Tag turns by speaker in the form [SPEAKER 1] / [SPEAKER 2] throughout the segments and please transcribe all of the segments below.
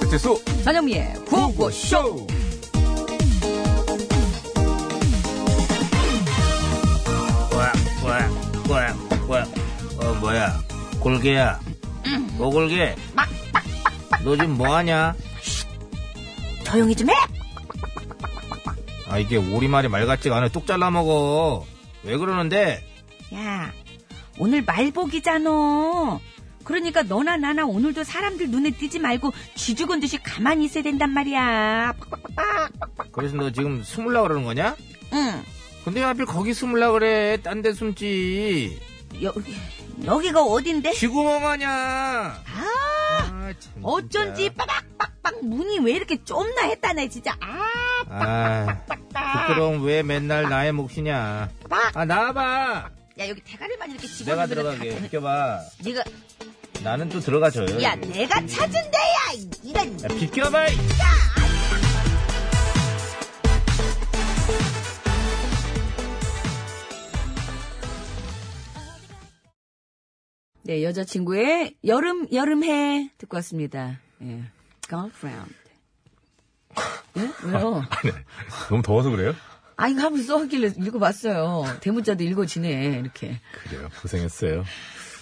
[SPEAKER 1] 배태수
[SPEAKER 2] 전영미의
[SPEAKER 1] 구호쇼
[SPEAKER 3] 뭐야 뭐야 뭐야 뭐야 어 뭐야 골개야 뭐 골개 너 지금 뭐하냐
[SPEAKER 2] 조용히 좀 해!
[SPEAKER 3] 아 이게 오리말이 말 같지가 않아 뚝 잘라먹어 왜 그러는데
[SPEAKER 4] 야, 오늘 말복이잖아. 그러니까 너나 나나 오늘도 사람들 눈에 띄지 말고 쥐 죽은 듯이 가만히 있어야 된단 말이야.
[SPEAKER 3] 그래서 너 지금 숨을라 그러는 거냐
[SPEAKER 4] 응,
[SPEAKER 3] 근데 왜 하필 거기 숨을라 그래 딴 데 숨지
[SPEAKER 4] 여기, 여기가 어딘데?
[SPEAKER 3] 쥐구멍 아냐
[SPEAKER 4] 아,
[SPEAKER 3] 아, 참,
[SPEAKER 4] 어쩐지
[SPEAKER 3] 진짜.
[SPEAKER 4] 빠박빠박 문이 왜 이렇게 좁나 했다네, 진짜. 아,
[SPEAKER 3] 아 부끄러움 왜 맨날 나의 몫이냐 아 나와봐
[SPEAKER 4] 야, 여기 대가리만 이렇게 집어넣으면
[SPEAKER 3] 내가 들어가게
[SPEAKER 4] 다 되네.
[SPEAKER 3] 비켜봐
[SPEAKER 4] 네가,
[SPEAKER 3] 나는 또 들어가줘요
[SPEAKER 4] 야, 내가 찾은 데야! 이런.
[SPEAKER 3] 야, 비켜봐 이-
[SPEAKER 4] 네, 여자친구의 여름, 여름해. 듣고 왔습니다. 예. Girlfriend. 예? 왜요?
[SPEAKER 1] 너무 더워서 그래요?
[SPEAKER 4] 아, 이거 한번 써왔길래 읽어봤어요. 대문자도 읽어지네, 이렇게.
[SPEAKER 1] 그래요 고생했어요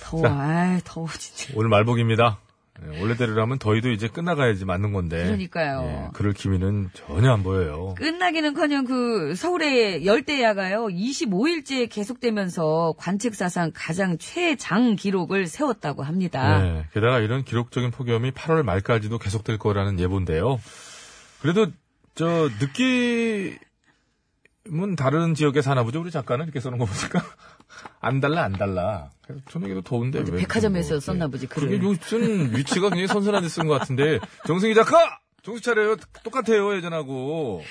[SPEAKER 4] 더워, 아 더워, 진짜.
[SPEAKER 1] 오늘 말복입니다 예, 원래대로라면 더위도 이제 끝나가야지 맞는
[SPEAKER 3] 네.
[SPEAKER 1] 건데
[SPEAKER 4] 그러니까요.
[SPEAKER 1] 예, 그럴 기미는 전혀 안 보여요
[SPEAKER 4] 끝나기는 커녕 그 서울의 열대야가요, 25일째 계속되면서 관측사상 가장 최장 기록을 세웠다고 합니다.
[SPEAKER 1] 예, 게다가 이런 기록적인 폭염이 8월 말까지도 계속될 거라는 예보인데요 그래도 저 느낌은 다른 지역에 사나 보죠 우리 작가는 이렇게 써놓은 거 보니까 안 달라 안 달라 그래서 저녁에도 더운데
[SPEAKER 4] 어디
[SPEAKER 1] 왜
[SPEAKER 4] 백화점에서
[SPEAKER 1] 그런 거.
[SPEAKER 4] 썼나 보지, 글을.
[SPEAKER 1] 그게 요쓴 위치가 굉장히 선선한 데 쓴 것 같은데 정승희 작가 정수 차려요 똑같아요 예전하고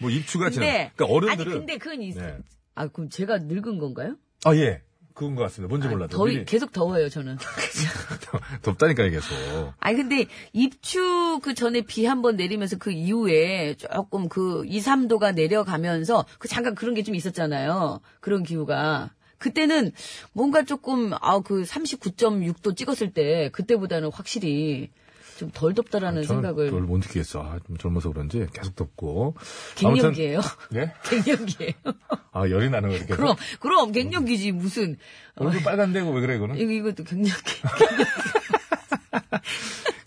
[SPEAKER 1] 뭐 입추가 지나
[SPEAKER 4] 근데,
[SPEAKER 1] 그러니까
[SPEAKER 4] 아니,
[SPEAKER 1] 어른들은
[SPEAKER 4] 근데 그건 있어.
[SPEAKER 1] 네.
[SPEAKER 4] 아, 그럼 제가 늙은 건가요?
[SPEAKER 1] 아예 그건 것 같습니다 뭔지 몰라도
[SPEAKER 4] 아, 더위,
[SPEAKER 1] 미리
[SPEAKER 4] 계속 더워요, 저는.
[SPEAKER 1] 덥다니까 계속
[SPEAKER 4] 아니 근데 입추 그 전에 비 한 번 내리면서 그 이후에 조금 그 2, 3도가 내려가면서 그 잠깐 그런 게 좀 있었잖아요. 그런 기후가. 그때는 뭔가 조금 아 그 39.6도 찍었을 때 그때보다는 확실히 좀 덜
[SPEAKER 1] 아,
[SPEAKER 4] 덥다라는
[SPEAKER 1] 저는
[SPEAKER 4] 생각을
[SPEAKER 1] 그걸 못 느끼겠어 아, 좀 젊어서 그런지 계속 덥고 아무튼
[SPEAKER 4] 갱년기예요.
[SPEAKER 1] 네?
[SPEAKER 4] 갱년기예요.
[SPEAKER 1] 아 열이 나는 거 이렇게
[SPEAKER 4] 그럼 그럼 갱년기지 무슨 어,
[SPEAKER 1] 얼굴 빨간데고 왜 그래 이거는
[SPEAKER 4] 이거 이것도 갱년기.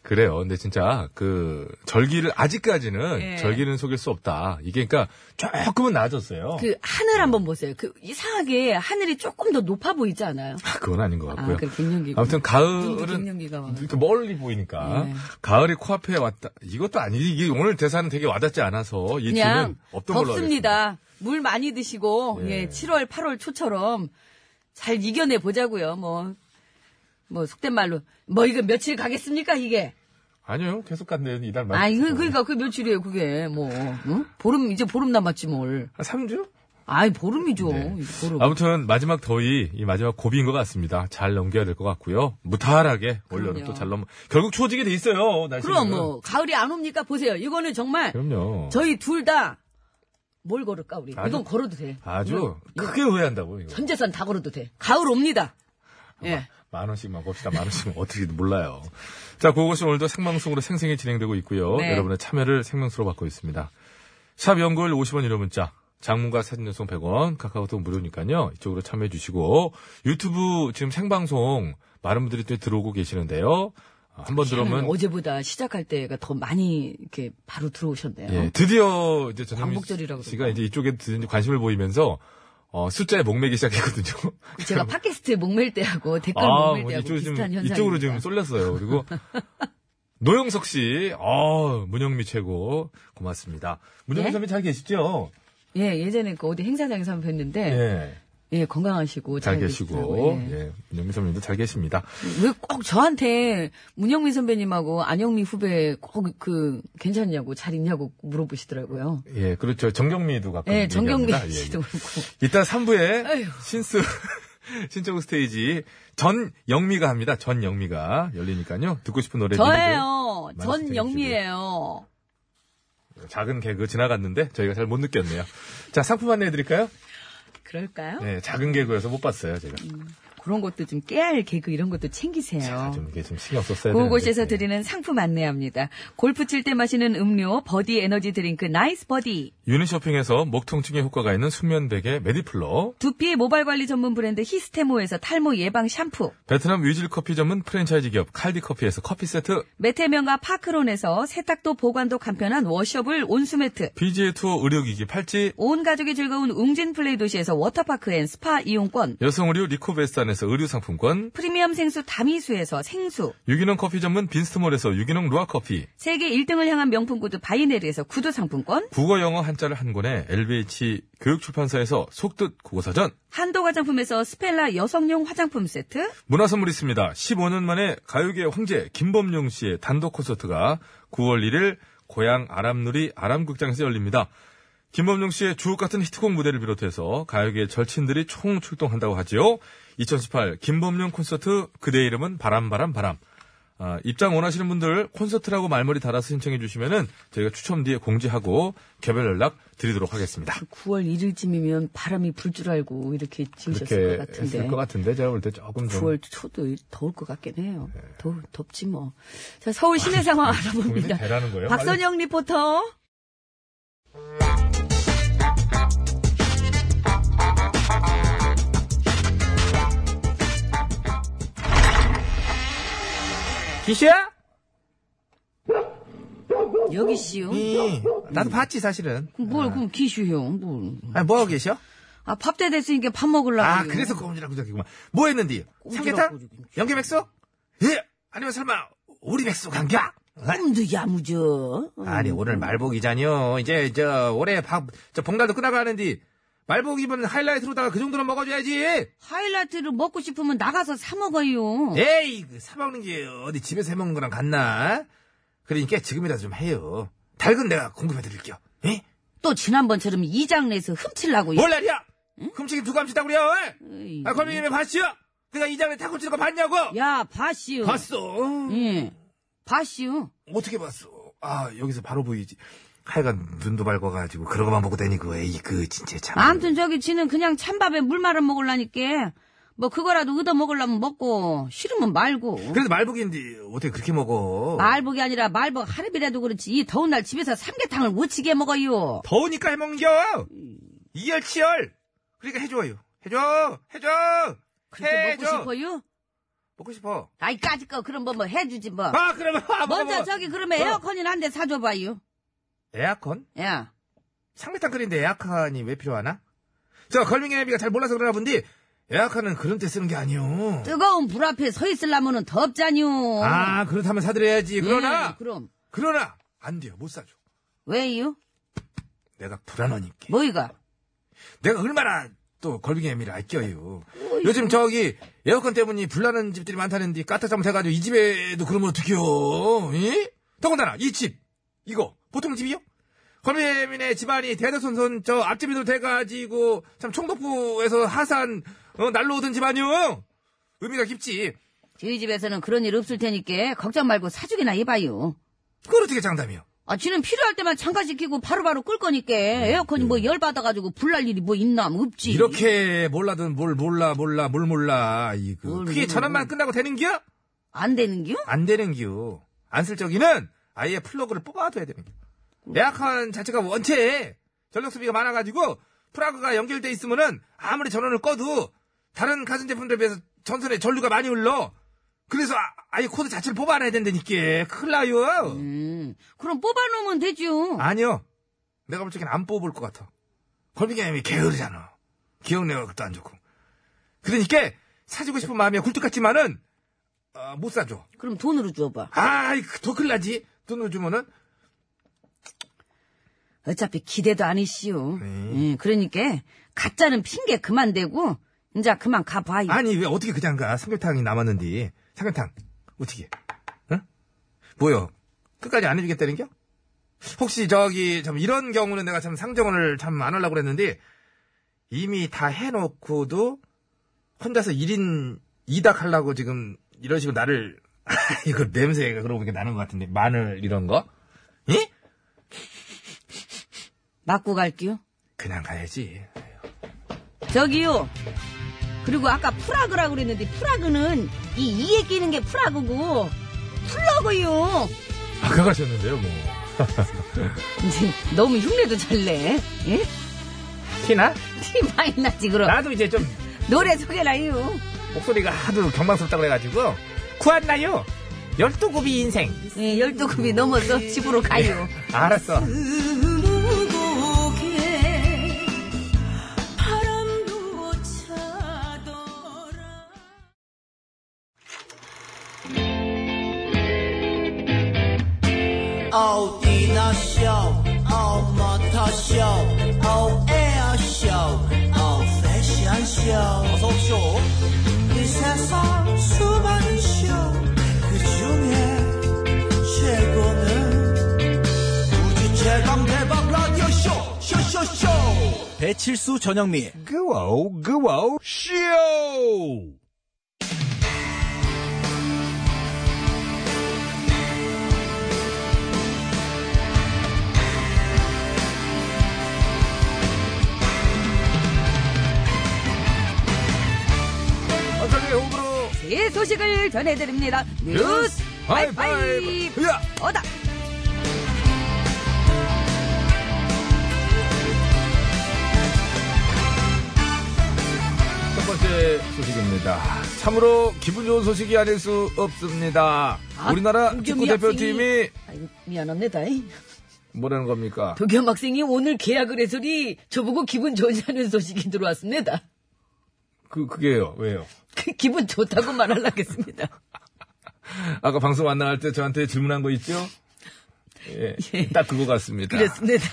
[SPEAKER 1] 그래요. 근데 진짜 그 절기를 아직까지는
[SPEAKER 4] 예.
[SPEAKER 1] 절기는 속일 수 없다. 이게 그러니까 조금은 나아졌어요. 그...
[SPEAKER 4] 그 하늘 한번 보세요. 그 이상하게 하늘이 조금 더 높아 보이지 않아요?
[SPEAKER 1] 건 아닌 것 같고요.
[SPEAKER 4] 아, 그 갱년기.
[SPEAKER 1] 아무튼
[SPEAKER 4] 눈도
[SPEAKER 1] 가을은
[SPEAKER 4] 갱년기가 와.
[SPEAKER 1] 이렇게 멀리 보이니까
[SPEAKER 4] 예.
[SPEAKER 1] 가을이 코앞에 왔다. 이것도 아니 이게 오늘 대사는 되게 와닿지 않아서 이
[SPEAKER 4] 그냥
[SPEAKER 1] 주는 없던 걸로 하겠습니다.
[SPEAKER 4] 덥습니다. 물 많이 드시고
[SPEAKER 1] 예.
[SPEAKER 4] 예, 7월 8월 초처럼 잘 이겨내 보자고요. 뭐. 뭐 속된 말로 뭐 이거 며칠 가겠습니까 이게?
[SPEAKER 1] 아니요, 계속 간대요 이달 말.
[SPEAKER 4] 아 이거 그러니까 그 며칠이에요 그게 뭐 응? 보름 이제 보름 남았지 뭘?
[SPEAKER 1] 한 3주?
[SPEAKER 4] 아이 보름이죠
[SPEAKER 1] 네.
[SPEAKER 4] 이 보름.
[SPEAKER 1] 아무튼 마지막 더위 이 마지막 고비인 것 같습니다. 잘 넘겨야 될 것 같고요. 무탈하게 올 여름
[SPEAKER 4] 그럼요.
[SPEAKER 1] 또 잘 넘. 결국 추워지게 돼 있어요. 날씨.
[SPEAKER 4] 그럼 뭐 가을이 안 옵니까 보세요 이거는
[SPEAKER 1] 그렇죠.
[SPEAKER 4] 정말
[SPEAKER 1] 그럼요.
[SPEAKER 4] 저희 둘 다 뭘 걸을까 우리
[SPEAKER 1] 아주-
[SPEAKER 4] 이건 걸어도 돼.
[SPEAKER 1] 아주
[SPEAKER 4] 예.
[SPEAKER 1] 크게 후회한다고 이거.
[SPEAKER 4] 전 재산 다 걸어도 돼. 가을 옵니다. 예.
[SPEAKER 1] 만 원씩만 봅시다. 만 원씩은 어떻게 몰라요. 자, 그것이 오늘도 생방송으로 생생히 진행되고 있고요.
[SPEAKER 4] 네.
[SPEAKER 1] 여러분의 참여를 생명수로 받고 있습니다. 샵 연구일 50원 유료 문자, 장문과 사진 연속 100원, 카카오톡 무료니까요. 이쪽으로 참여해 주시고 유튜브 지금 생방송 많은 분들이 또 들어오고 계시는데요. 아, 한 번 들어오면
[SPEAKER 4] 어제보다 시작할 때가 더 많이 이렇게 바로 들어오셨네요.
[SPEAKER 1] 예, 드디어 이제 전현미
[SPEAKER 4] 광복절이라고
[SPEAKER 1] 씨가
[SPEAKER 4] 그러나?
[SPEAKER 1] 이제 이쪽에 드디어 관심을 보이면서 어, 숫자에 목매기 시작했거든요.
[SPEAKER 4] 제가 팟캐스트에 목맬 때하고 댓글
[SPEAKER 1] 아,
[SPEAKER 4] 목맬 때하고
[SPEAKER 1] 이쪽 지금
[SPEAKER 4] 비슷한 현상이
[SPEAKER 1] 이쪽으로 지금 쏠렸어요. 그리고 노영석 씨, 어, 문영미 최고 고맙습니다. 문영미
[SPEAKER 4] 예?
[SPEAKER 1] 선배 잘 계시죠?
[SPEAKER 4] 예, 예전에 그 어디 행사장에서 한번 뵀는데 예,
[SPEAKER 1] 예,
[SPEAKER 4] 건강하시고
[SPEAKER 1] 잘
[SPEAKER 4] 계시더라고요.
[SPEAKER 1] 계시고
[SPEAKER 4] 예.
[SPEAKER 1] 예, 문영미 선배님도 잘 계십니다.
[SPEAKER 4] 왜 꼭 저한테 문영민 선배님하고 안영미 후배 꼭 그 괜찮냐고 잘 있냐고 물어보시더라고요.
[SPEAKER 1] 예, 그렇죠. 정경미도 가끔
[SPEAKER 4] 예, 정경민
[SPEAKER 1] 얘기합니다. 예, 예.
[SPEAKER 4] 씨도 그렇고.
[SPEAKER 1] 이따 3부에
[SPEAKER 4] 아휴.
[SPEAKER 1] 신스 신청 스테이지 전영미가 합니다. 전영미가 열리니까요. 듣고 싶은 노래
[SPEAKER 4] 저예요.
[SPEAKER 1] 네, 많이
[SPEAKER 4] 전
[SPEAKER 1] 시청해주시고요.
[SPEAKER 4] 영미예요.
[SPEAKER 1] 작은 개그 지나갔는데 저희가 잘 못 느꼈네요. 자, 상품 안내해 드릴까요?
[SPEAKER 4] 그럴까요?
[SPEAKER 1] 네, 작은 개그여서 못 봤어요, 제가.
[SPEAKER 4] 그런 것도 좀 깨알 개그 이런 것도 챙기세요. 그
[SPEAKER 1] 아, 좀 네, 이게 좀 신경 썼어야 되는데.
[SPEAKER 4] 고곳에서 드리는 상품 안내합니다. 골프 칠 때 마시는 음료 버디 에너지 드링크 나이스 버디.
[SPEAKER 1] 유니쇼핑에서 목통증에 효과가 있는 수면 베개 메디플러,
[SPEAKER 4] 두피 모발 관리 전문 브랜드 히스테모에서 탈모 예방 샴푸.
[SPEAKER 1] 베트남 위즐 커피 전문 프랜차이즈 기업 칼디 커피에서 커피 세트,
[SPEAKER 4] 메테면과 파크론에서 세탁도 보관도 간편한 워셔블 온수매트.
[SPEAKER 1] BGA 투어 의료기기 팔찌,
[SPEAKER 4] 온 가족이 즐거운 웅진 플레이 도시에서 워터파크 앤 스파 이용권.
[SPEAKER 1] 여성 의류 리코베스탄에서 의류 상품권,
[SPEAKER 4] 프리미엄 생수 다미수에서 생수.
[SPEAKER 1] 유기농 커피 전문 빈스트몰에서 유기농 루아 커피,
[SPEAKER 4] 세계 1등을 향한 명품 구두 바이네르에서 구두 상품권.
[SPEAKER 1] 국어 영어 한자를 한 권에 LBH 교육출판사에서 속뜻 국어사전,
[SPEAKER 4] 한도 화장품에서 스펠라 여성용 화장품 세트.
[SPEAKER 1] 문화 선물 있습니다. 15년 만에 가요계 황제 김범용 씨의 단독 콘서트가 9월 1일 고향 아람누리 아람극장에서 열립니다. 김범용 씨의 주옥 같은 히트곡 무대를 비롯해서 가요계 절친들이 총 출동한다고 하지요. 2018 김범용 콘서트 그대 이름은 바람바람 바람. 아, 입장 원하시는 분들 콘서트라고 말머리 달아서 신청해 주시면은 저희가 추첨 뒤에 공지하고 개별 연락 드리도록 하겠습니다.
[SPEAKER 4] 9월 1일쯤이면 바람이 불 줄 알고 이렇게 지으셨을 것 같은데.
[SPEAKER 1] 같은데 제가 볼 때 조금
[SPEAKER 4] 9월 초도 더울 것 같긴 해요. 더 덥지 뭐. 자, 서울 시내 상황 알아봅니다.
[SPEAKER 1] 되라는 거예요.
[SPEAKER 4] 박선영 리포터.
[SPEAKER 3] 기시야?
[SPEAKER 4] 여기 씨요.
[SPEAKER 3] 이 나도 봤지 사실은.
[SPEAKER 4] 뭘 그럼 기슈요. 뭘.
[SPEAKER 3] 아니 뭐하고 계셔?
[SPEAKER 4] 아, 밥 때 됐으니까 밥 먹으려고.
[SPEAKER 3] 아 그래서 꼬문지라고 저기구만. 뭐 했는데? 삼계탕? 연계백숙? 예. 아니면 설마 오리 백숙 한겨?
[SPEAKER 4] 꿈도 야무져.
[SPEAKER 3] 아니 오늘 말복이잖여. 이제 저 올해 밥저 복날도 끝나가는데 말복 이번 하이라이트로다가 그 정도는 먹어줘야지.
[SPEAKER 4] 하이라이트를 먹고 싶으면 나가서 사 먹어요.
[SPEAKER 3] 에이 그 사먹는 게 어디 집에서 해먹는 거랑 같나? 그러니까 지금이라도 좀 해요. 닭은 내가 공급해드릴게요. 예?
[SPEAKER 4] 또 지난번처럼 이장 내서 훔치려고.
[SPEAKER 3] 뭘 날이야? 흠치기 두감치다구려
[SPEAKER 4] 에이.
[SPEAKER 3] 아, 걸맹이네 봤슈? 내가 이 장에 닭 훔치는 거 봤냐고?
[SPEAKER 4] 야, 봤슈.
[SPEAKER 3] 봤어. 음,
[SPEAKER 4] 예. 봤슈.
[SPEAKER 3] 어떻게 봤어? 아, 여기서 바로 보이지. 하여간 눈도 밝아가지고 그러고만 보고 다니고 에이 그 진짜 참.
[SPEAKER 4] 아무튼 저기 지는 그냥 찬밥에 물 말아 먹으려니까. 뭐 그거라도 얻어 먹으려면 먹고 싫으면 말고.
[SPEAKER 3] 그래도 말복인데 어떻게 그렇게 먹어?
[SPEAKER 4] 말복이 아니라 말복 하루비라도 그렇지 이 더운 날 집에서 삼계탕을 우치게 먹어요.
[SPEAKER 3] 더우니까 해먹는겨. 이열치열. 그러니까 해줘요. 해줘. 해줘.
[SPEAKER 4] 그렇게 먹고
[SPEAKER 3] 해줘.
[SPEAKER 4] 싶어요?
[SPEAKER 3] 먹고 싶어.
[SPEAKER 4] 아이 까짓 거 그럼 뭐 뭐 해주지 뭐.
[SPEAKER 3] 아 그러면 아, 먹어,
[SPEAKER 4] 먼저
[SPEAKER 3] 먹어.
[SPEAKER 4] 저기 그러면
[SPEAKER 3] 어.
[SPEAKER 4] 에어컨이나 한 대 사줘봐요.
[SPEAKER 3] 에어컨?
[SPEAKER 4] 야.
[SPEAKER 3] 상대탕 끓인데 에어컨이 왜 필요하나? 저 걸밍애비가 잘 몰라서 그러나 본디 에어컨은 그런 때 쓰는 게 아니오.
[SPEAKER 4] 뜨거운 불 앞에 서 있으려면은 덥잖요.
[SPEAKER 3] 아 그렇다면 사드려야지. 그러나
[SPEAKER 4] 어. 예, 그럼
[SPEAKER 3] 그러나 안 돼요. 못 사줘.
[SPEAKER 4] 왜요?
[SPEAKER 3] 내가 불안하니까.
[SPEAKER 4] 뭐이가?
[SPEAKER 3] 내가 얼마나 또 걸빙이 애미를 아껴요. 요즘 저기 에어컨 때문에 불나는 집들이 많다는데 까딱 잘못해가지고 이 집에도 그러면 어떡해요. 이? 더군다나 이 집. 이거 보통 집이요? 걸빙애미네 집안이 대대손손 저 앞집이도 돼가지고 참 총독부에서 하산 어, 날로 오던 집안이요. 의미가 깊지.
[SPEAKER 4] 저희 집에서는 그런 일 없을 테니까 걱정 말고 사주기나 해봐요.
[SPEAKER 3] 그걸 어떻게 장담이요?
[SPEAKER 4] 아, 지는 필요할 때만 잠가시키고 바로바로 끌 거니까 에어컨이 뭐 열 받아가지고 불날 일이 뭐 있나 뭐 없지.
[SPEAKER 3] 이렇게 몰라든 뭘 몰라 몰라 뭘 몰라 이거
[SPEAKER 4] 뭘
[SPEAKER 3] 그게
[SPEAKER 4] 몰라.
[SPEAKER 3] 전원만 끝나고 되는겨?
[SPEAKER 4] 안 되는겨?
[SPEAKER 3] 안 되는 기요. 안 쓸 적에는 아예 플러그를 뽑아둬야 되는 기요. 에어컨 자체가 원체 전력 소비가 많아가지고
[SPEAKER 1] 프라그가 연결돼 있으면은 아무리 전원을 꺼도 다른 가전 제품들에 비해서 전선에 전류가 많이 흘러. 그래서 아, 예 코드 자체를 뽑아놔야 된다니까. 큰일 나요.
[SPEAKER 4] 음, 그럼 뽑아놓으면 되죠.
[SPEAKER 1] 아니요. 내가 볼 적엔 안 뽑을 것 같아. 걸빙이님이 게으르잖아. 기억 내역도 안 좋고. 그러니까 사주고 싶은 마음이야 굴뚝 같지만은 아, 못 사줘.
[SPEAKER 4] 그럼 돈으로 줘봐.
[SPEAKER 1] 아이 그, 더 큰일 나지. 돈을 주면은
[SPEAKER 4] 어차피 기대도 아니시오.
[SPEAKER 1] 네.
[SPEAKER 4] 음, 그러니까 가짜는 핑계 그만 대고 이제 그만 가봐요.
[SPEAKER 1] 아니 왜 어떻게 그냥 가? 삼계탕이 남았는데 삼계탕 어떻게? 응? 뭐요? 끝까지 안 해주겠다는 겨? 혹시 저기 참 이런 경우는 내가 참 상정을 참 안 하려고 그랬는데 이미 다 해놓고도 혼자서 1인 2닭 하려고 지금 이런 식으로 나를 이거 냄새가 그러고 보니까 나는 것 같은데 마늘 이런 거? 예?
[SPEAKER 4] 맞고 갈게요.
[SPEAKER 1] 그냥 가야지.
[SPEAKER 4] 저기요. 그리고 아까 프라그라고 그랬는데 프라그는 이 이에 끼는 게 프라그고 플러그요.
[SPEAKER 5] 아까 가셨는데요, 뭐.
[SPEAKER 4] 이제 너무 흉내도 잘내. 예?
[SPEAKER 1] 티나?
[SPEAKER 4] 티 많이 나지 그럼.
[SPEAKER 1] 나도 이제 좀
[SPEAKER 4] 노래 소개라요.
[SPEAKER 1] 목소리가 하도 경망스럽다 그래가지고 구한나요 열두굽이 인생
[SPEAKER 4] 예, 열두 급이 넘어서 집으로 가요.
[SPEAKER 1] 알았어
[SPEAKER 6] 무고개 바람도 차더라
[SPEAKER 7] 어디나 쇼, 어머터 쇼, 어에어 쇼, 어 패션 쇼. 어서 쇼. 이 세상 수많은 쇼, 그 중에 최고는 우주 최강 대박 라디오 쇼, 쇼쇼쇼. 배칠수 전영미.
[SPEAKER 1] 그와우 그와우 쇼 어쩌게 호불호
[SPEAKER 4] 예, 소식을 전해드립니다. 뉴스 하이파이브.
[SPEAKER 1] 야
[SPEAKER 4] 어다.
[SPEAKER 1] 첫 번째 소식입니다. 참으로 기분 좋은 소식이 아닐 수 없습니다.
[SPEAKER 4] 아,
[SPEAKER 1] 우리나라
[SPEAKER 4] 도겸이
[SPEAKER 1] 축구
[SPEAKER 4] 학생이-
[SPEAKER 1] 대표팀이
[SPEAKER 4] 아이고, 미안합니다. 이.
[SPEAKER 1] 뭐라는 겁니까?
[SPEAKER 4] 도겸 학생이 오늘 계약을 해서리 저보고 기분 좋지 않은 소식이 들어왔습니다.
[SPEAKER 1] 그 그게요. 왜요?
[SPEAKER 4] 그 기분 좋다고 말하려고 했습니다.
[SPEAKER 1] 아까 방송 안 나갈 때 저한테 질문한 거 있죠? 예, 딱 그거 같습니다.
[SPEAKER 4] 그랬습니다.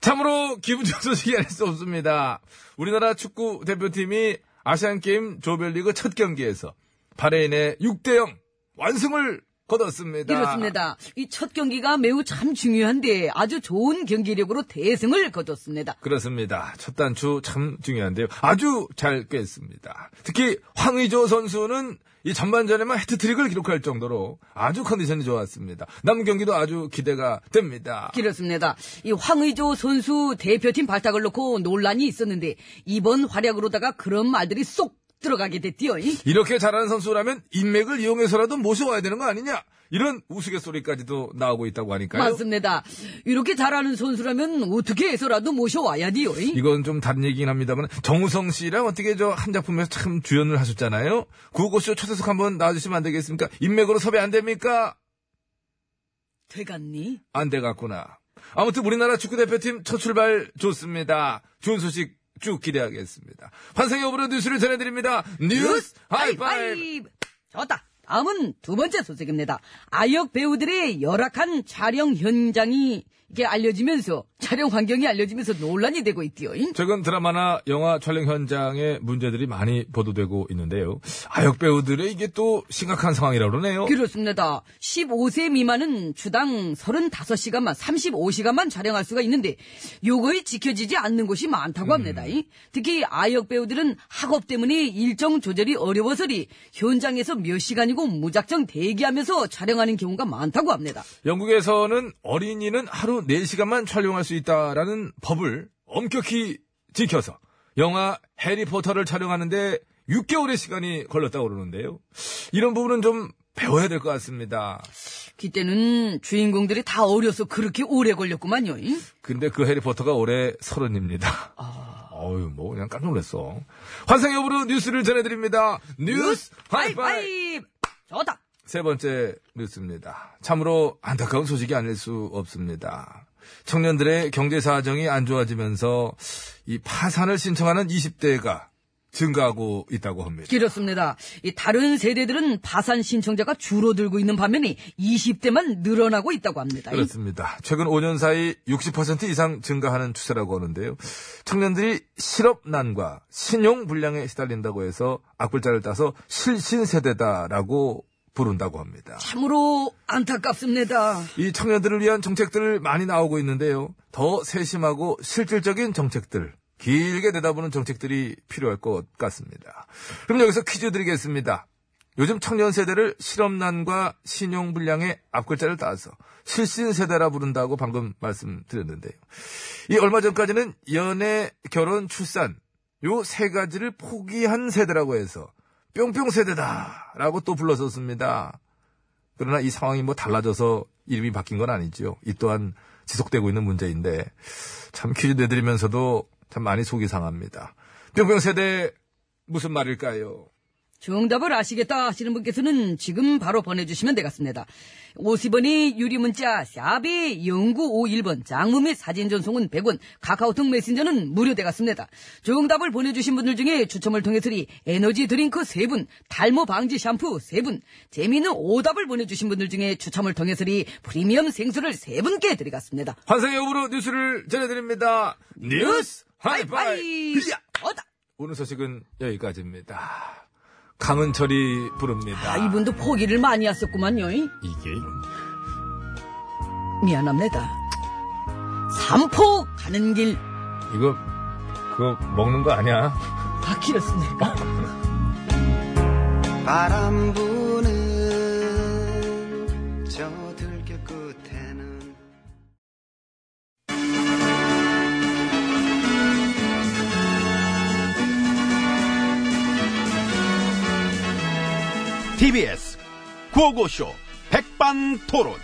[SPEAKER 1] 참으로 기분 좋은 소식이 아닐 수 없습니다. 우리나라 축구 대표팀이 아시안게임 조별리그 첫 경기에서 바레인의 6대0 완승을 거뒀습니다.
[SPEAKER 4] 이렇습니다. 이 첫 경기가 매우 참 중요한데 아주 좋은 경기력으로 대승을 거뒀습니다.
[SPEAKER 1] 그렇습니다. 첫 단추 참 중요한데요. 아주 잘 꿰습니다. 특히 황의조 선수는 이 전반전에만 헤트트릭을 기록할 정도로 아주 컨디션이 좋았습니다. 남 경기도 아주 기대가 됩니다.
[SPEAKER 4] 그렇습니다. 이 황의조 선수 대표팀 발탁을 놓고 논란이 있었는데 이번 활약으로다가 그런 말들이 쏙 들어가게 됐디요.
[SPEAKER 1] 이렇게 잘하는 선수라면 인맥을 이용해서라도 모셔와야 되는 거 아니냐? 이런 우스갯소리까지도 나오고 있다고 하니까요.
[SPEAKER 4] 맞습니다. 이렇게 잘하는 선수라면 어떻게 해서라도 모셔와야 돼요.
[SPEAKER 1] 이건 좀 다른 얘기긴 합니다만 정우성 씨랑 어떻게 저 한 작품에서 참 주연을 하셨잖아요. 구호고쇼 초대석 한번 나와주시면 안 되겠습니까? 인맥으로 섭외 안 됩니까?
[SPEAKER 4] 돼갔니?
[SPEAKER 1] 안 돼갔구나. 아무튼 우리나라 축구대표팀 첫 출발 좋습니다. 좋은 소식 쭉 기대하겠습니다. 환상의 오브로 뉴스를 전해드립니다. 뉴스 하이파이브!
[SPEAKER 4] 좋다. 다음은 두 번째 소식입니다. 아역 배우들의 열악한 촬영 현장이 이게 알려지면서 촬영 환경이 알려지면서 논란이 되고 있디요.
[SPEAKER 5] 최근 드라마나 영화 촬영 현장의 문제들이 많이 보도되고 있는데요. 아역 배우들의 이게 또 심각한 상황이라고 그러네요.
[SPEAKER 4] 그렇습니다. 15세 미만은 주당 35시간만, 35시간만 촬영할 수가 있는데, 요거에 지켜지지 않는 곳이
[SPEAKER 3] 음.
[SPEAKER 4] 많다고 합니다. 이. 특히 아역 배우들은 학업 때문에 일정 조절이 어려워서리 현장에서 몇 시간이고 무작정 대기하면서 촬영하는 경우가 많다고 합니다.
[SPEAKER 5] 영국에서는 어린이는 하루 4시간만 촬영할 수 있다라는 법을 엄격히 지켜서 영화 해리포터를 촬영하는데 6개월의 시간이 걸렸다고 그러는데요. 이런 부분은 좀 배워야 될 것 같습니다.
[SPEAKER 4] 그때는 주인공들이 다 어려서 그렇게 오래 걸렸구만요. 이.
[SPEAKER 3] 아.
[SPEAKER 5] 근데 그 해리포터가 올해 서른입니다.
[SPEAKER 1] 어유 뭐 그냥 깜짝 놀랐어.
[SPEAKER 3] 환상의 오브로 뉴스를 전해드립니다. 뉴스 하이파이!
[SPEAKER 4] 하이파이브! 좋다!
[SPEAKER 3] 세 번째 뉴스입니다. 참으로 안타까운 소식이 아닐 수 없습니다. 청년들의 경제 사정이 안 좋아지면서 이 파산을 신청하는 20대가 증가하고 있다고 합니다.
[SPEAKER 4] 길었습니다. 이 다른 세대들은 파산 신청자가 줄어들고 있는 반면에 20대만 늘어나고 있다고 합니다. 이
[SPEAKER 3] 그렇습니다. 최근 5년 사이 60% 이상 증가하는 추세라고 하는데요. 청년들이 실업난과 신용 불량에 시달린다고 해서 악플자를 따서 실신 세대다라고 부른다고 합니다.
[SPEAKER 4] 참으로 안타깝습니다.
[SPEAKER 3] 이 청년들을 위한 정책들 많이 나오고 있는데요. 더 세심하고 실질적인 정책들, 길게 내다보는 정책들이 필요할 것 같습니다. 그럼 여기서 퀴즈 드리겠습니다. 요즘 청년 세대를 실업난과 신용불량의 앞글자를 따서 실신 세대라 부른다고 방금 말씀드렸는데요. 이 얼마 전까지는 연애, 결혼, 출산 요 세 가지를 포기한 세대라고 해서 뿅뿅 세대다라고 또 불렀었습니다. 그러나 이 상황이 뭐 달라져서 이름이 바뀐 건 아니지요. 이 또한 지속되고 있는 문제인데 참 퀴즈 내드리면서도 참 많이 속이 상합니다. 뿅뿅 세대 무슨 말일까요?
[SPEAKER 4] 정답을 아시겠다 하시는 분께서는 지금 바로 보내주시면 되겠습니다. 50원이 유리문자 샵이 0951번 장무 및 사진 전송은 100원 카카오톡 메신저는 무료 되겠습니다. 정답을 보내주신 분들 중에 추첨을 통해 드리 에너지 드링크 3분 탈모 방지 샴푸 3분 재미있는 오답을 보내주신 분들 중에 추첨을 통해 드리 프리미엄 생수를 3분께 드리겠습니다.
[SPEAKER 3] 환상의 여부로 뉴스를 전해드립니다. 뉴스 하이파이!
[SPEAKER 4] 하이파이! 어다!
[SPEAKER 3] 오늘 소식은 여기까지입니다. 강은철이 부릅니다.
[SPEAKER 4] 아, 이분도 포기를 많이 하셨구만요.
[SPEAKER 1] 이게
[SPEAKER 4] 미안합니다. 삼포 가는 길
[SPEAKER 1] 이거 그거 먹는 거 아니야?
[SPEAKER 4] 바뀌었습니까?
[SPEAKER 8] 바람 부는 저 들길 끝에는
[SPEAKER 7] TBS 구호고쇼 백반토론.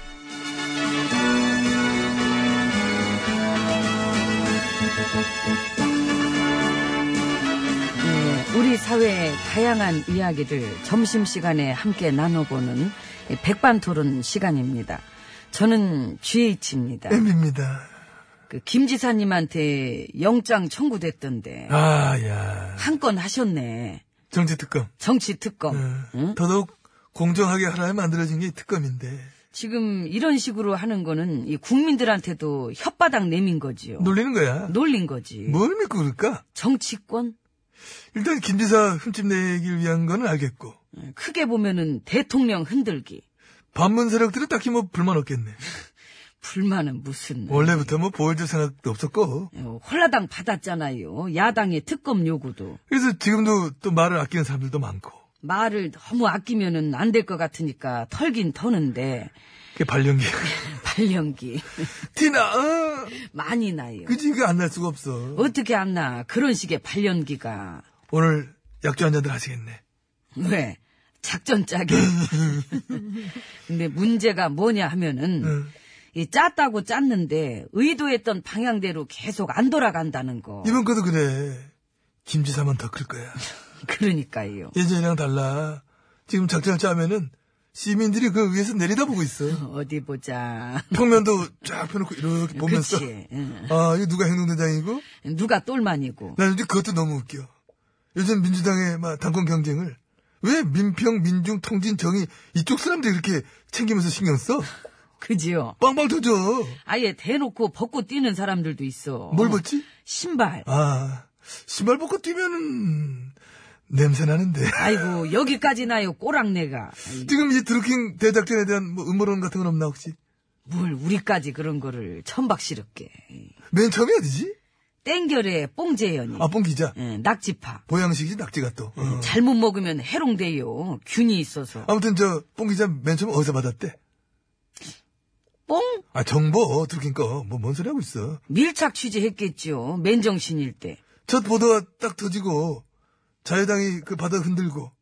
[SPEAKER 4] 네, 우리 사회의 다양한 이야기를 점심시간에 함께 나눠보는 백반토론 시간입니다. 저는 GH입니다. 그
[SPEAKER 3] 입니다.
[SPEAKER 4] 김 지사님한테 영장 청구됐던데
[SPEAKER 3] 아, 야.
[SPEAKER 4] 한 건 하셨네.
[SPEAKER 3] 정치 특검.
[SPEAKER 4] 정치 특검. 응?
[SPEAKER 3] 더더욱 공정하게 하라에 만들어진 게 특검인데.
[SPEAKER 4] 지금 이런 식으로 하는 거는 이 국민들한테도 혓바닥 내민 거지요.
[SPEAKER 3] 놀리는 거야.
[SPEAKER 4] 놀린 거지.
[SPEAKER 3] 뭘 믿고 그럴까?
[SPEAKER 4] 정치권?
[SPEAKER 3] 일단 김 지사 흠집 내기를 위한 거는 알겠고.
[SPEAKER 4] 네, 크게 보면은 대통령 흔들기.
[SPEAKER 3] 반문 세력들은 딱히 뭐 불만 없겠네.
[SPEAKER 4] 불만은 무슨.
[SPEAKER 3] 원래부터 뭐 보여줄 생각도 없었고.
[SPEAKER 4] 어, 홀라당 받았잖아요. 야당의 특검 요구도.
[SPEAKER 3] 그래서 지금도 또 말을 아끼는 사람들도 많고.
[SPEAKER 4] 말을 너무 아끼면은 안 될 것 같으니까 털긴 터는데,
[SPEAKER 3] 그게 발령기.
[SPEAKER 4] 발령기
[SPEAKER 3] 티나, 어?
[SPEAKER 4] 많이 나요.
[SPEAKER 3] 그지, 그게 안 날 수가 없어.
[SPEAKER 4] 어떻게 안 나? 그런 식의 발령기가.
[SPEAKER 3] 오늘 약주 한잔들 하시겠네.
[SPEAKER 4] 왜? 작전 짜기. 근데 문제가 뭐냐 하면은,
[SPEAKER 3] 네.
[SPEAKER 4] 이 짰다고 짰는데, 의도했던 방향대로 계속 안 돌아간다는 거.
[SPEAKER 3] 이번 거도 그래. 김 지사만 더 클 거야.
[SPEAKER 4] 그러니까요.
[SPEAKER 3] 예전이랑 달라. 지금 작전을 짜면은 시민들이 그 위에서 내려다보고 있어.
[SPEAKER 4] 어디 보자.
[SPEAKER 3] 평면도 쫙 펴놓고 이렇게 보면서.
[SPEAKER 4] 그치. 응.
[SPEAKER 3] 아, 이거 누가 행동대장이고?
[SPEAKER 4] 누가 똘만이고.
[SPEAKER 3] 난 요즘 그것도 너무 웃겨. 요즘 민주당의 막 당권 경쟁을 왜 민평, 민중, 통진, 정의 이쪽 사람들이 이렇게 챙기면서 신경 써?
[SPEAKER 4] 그지요?
[SPEAKER 3] 빵빵 터져.
[SPEAKER 4] 아예 대놓고 벗고 뛰는 사람들도 있어.
[SPEAKER 3] 뭘 벗지?
[SPEAKER 4] 신발.
[SPEAKER 3] 아, 신발 벗고 뛰면은 냄새 나는데.
[SPEAKER 4] 아이고, 여기까지 나요, 꼬랑내가. 아이,
[SPEAKER 3] 지금 이 드루킹 대작전에 대한 뭐 음모론 같은 건 없나 혹시?
[SPEAKER 4] 뭘 우리까지 그런 거를 천박스럽게.
[SPEAKER 3] 맨 처음이 어디지?
[SPEAKER 4] 땡결에 뽕재현이.
[SPEAKER 3] 아뽕 기자.
[SPEAKER 4] 예, 낙지파.
[SPEAKER 3] 보양식이 낙지가 또. 어.
[SPEAKER 4] 잘못 먹으면 해롱돼요. 균이 있어서.
[SPEAKER 3] 아무튼 저 뽕 기자 맨 처음 어디서 받았대?
[SPEAKER 4] 뽕?
[SPEAKER 3] 아 정보 드루킹 거뭐 뭔 소리 하고 있어?
[SPEAKER 4] 밀착 취재했겠지요. 맨정신일 때.
[SPEAKER 3] 첫 보도가 딱 터지고 자유당이 그 바다 흔들고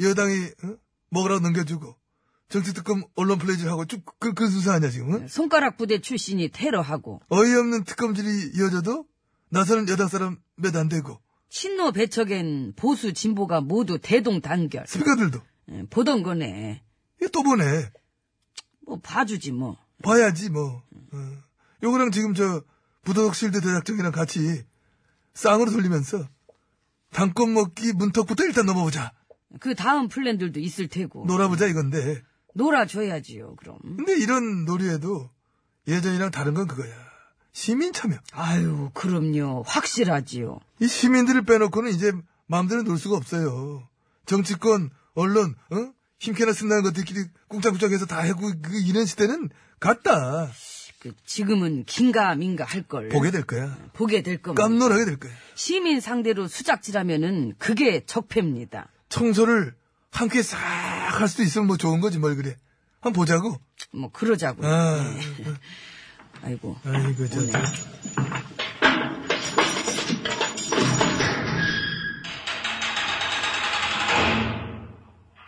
[SPEAKER 3] 여당이 어? 먹으라고 넘겨주고 정치특검 언론 플레이를 하고 쭉 그,
[SPEAKER 4] 네.
[SPEAKER 3] 그 순서 아니야 지금은?
[SPEAKER 4] 손가락 부대 출신이 테러하고.
[SPEAKER 3] 어이없는 특검질이 이어져도 나서는 여당 사람 몇 안 되고
[SPEAKER 4] 친노 배척엔 보수 진보가 모두 대동단결.
[SPEAKER 3] 스피커들도
[SPEAKER 4] 예, 보던 거네.
[SPEAKER 3] 이거 또 보네.
[SPEAKER 4] 뭐 봐주지 뭐.
[SPEAKER 3] 봐야지 뭐. 어. 요거랑 지금 저 부덕실드 대작전이랑 같이 쌍으로 돌리면서 당권 먹기 문턱부터 일단 넘어보자.
[SPEAKER 4] 그 다음 플랜들도 있을 테고.
[SPEAKER 3] 놀아보자 이건데.
[SPEAKER 4] 놀아줘야지요 그럼.
[SPEAKER 3] 근데 이런 놀이에도 예전이랑 다른 건 그거야. 시민 참여.
[SPEAKER 4] 아유 그럼요 확실하지요.
[SPEAKER 3] 이 시민들을 빼놓고는 이제 마음대로 놀 수가 없어요. 정치권, 언론, 어? 힘캐나 쓴다는 것들끼리 꿍짝꿍짝해서 다 하고 그 이런 시대는 갔다.
[SPEAKER 4] 그 지금은 긴가 민가 할 걸.
[SPEAKER 3] 보게 될 거야.
[SPEAKER 4] 보게 될 겁니다.
[SPEAKER 3] 깜놀하게 될 거야.
[SPEAKER 4] 시민 상대로 수작질하면은 그게 적폐입니다.
[SPEAKER 3] 청소를 한 끼에 싹 할 수도 있으면 뭐 좋은 거지 뭘 그래. 한번 보자고.
[SPEAKER 4] 뭐 그러자고. 요
[SPEAKER 3] 아,
[SPEAKER 4] 아이고.
[SPEAKER 3] 아이고 저, 저.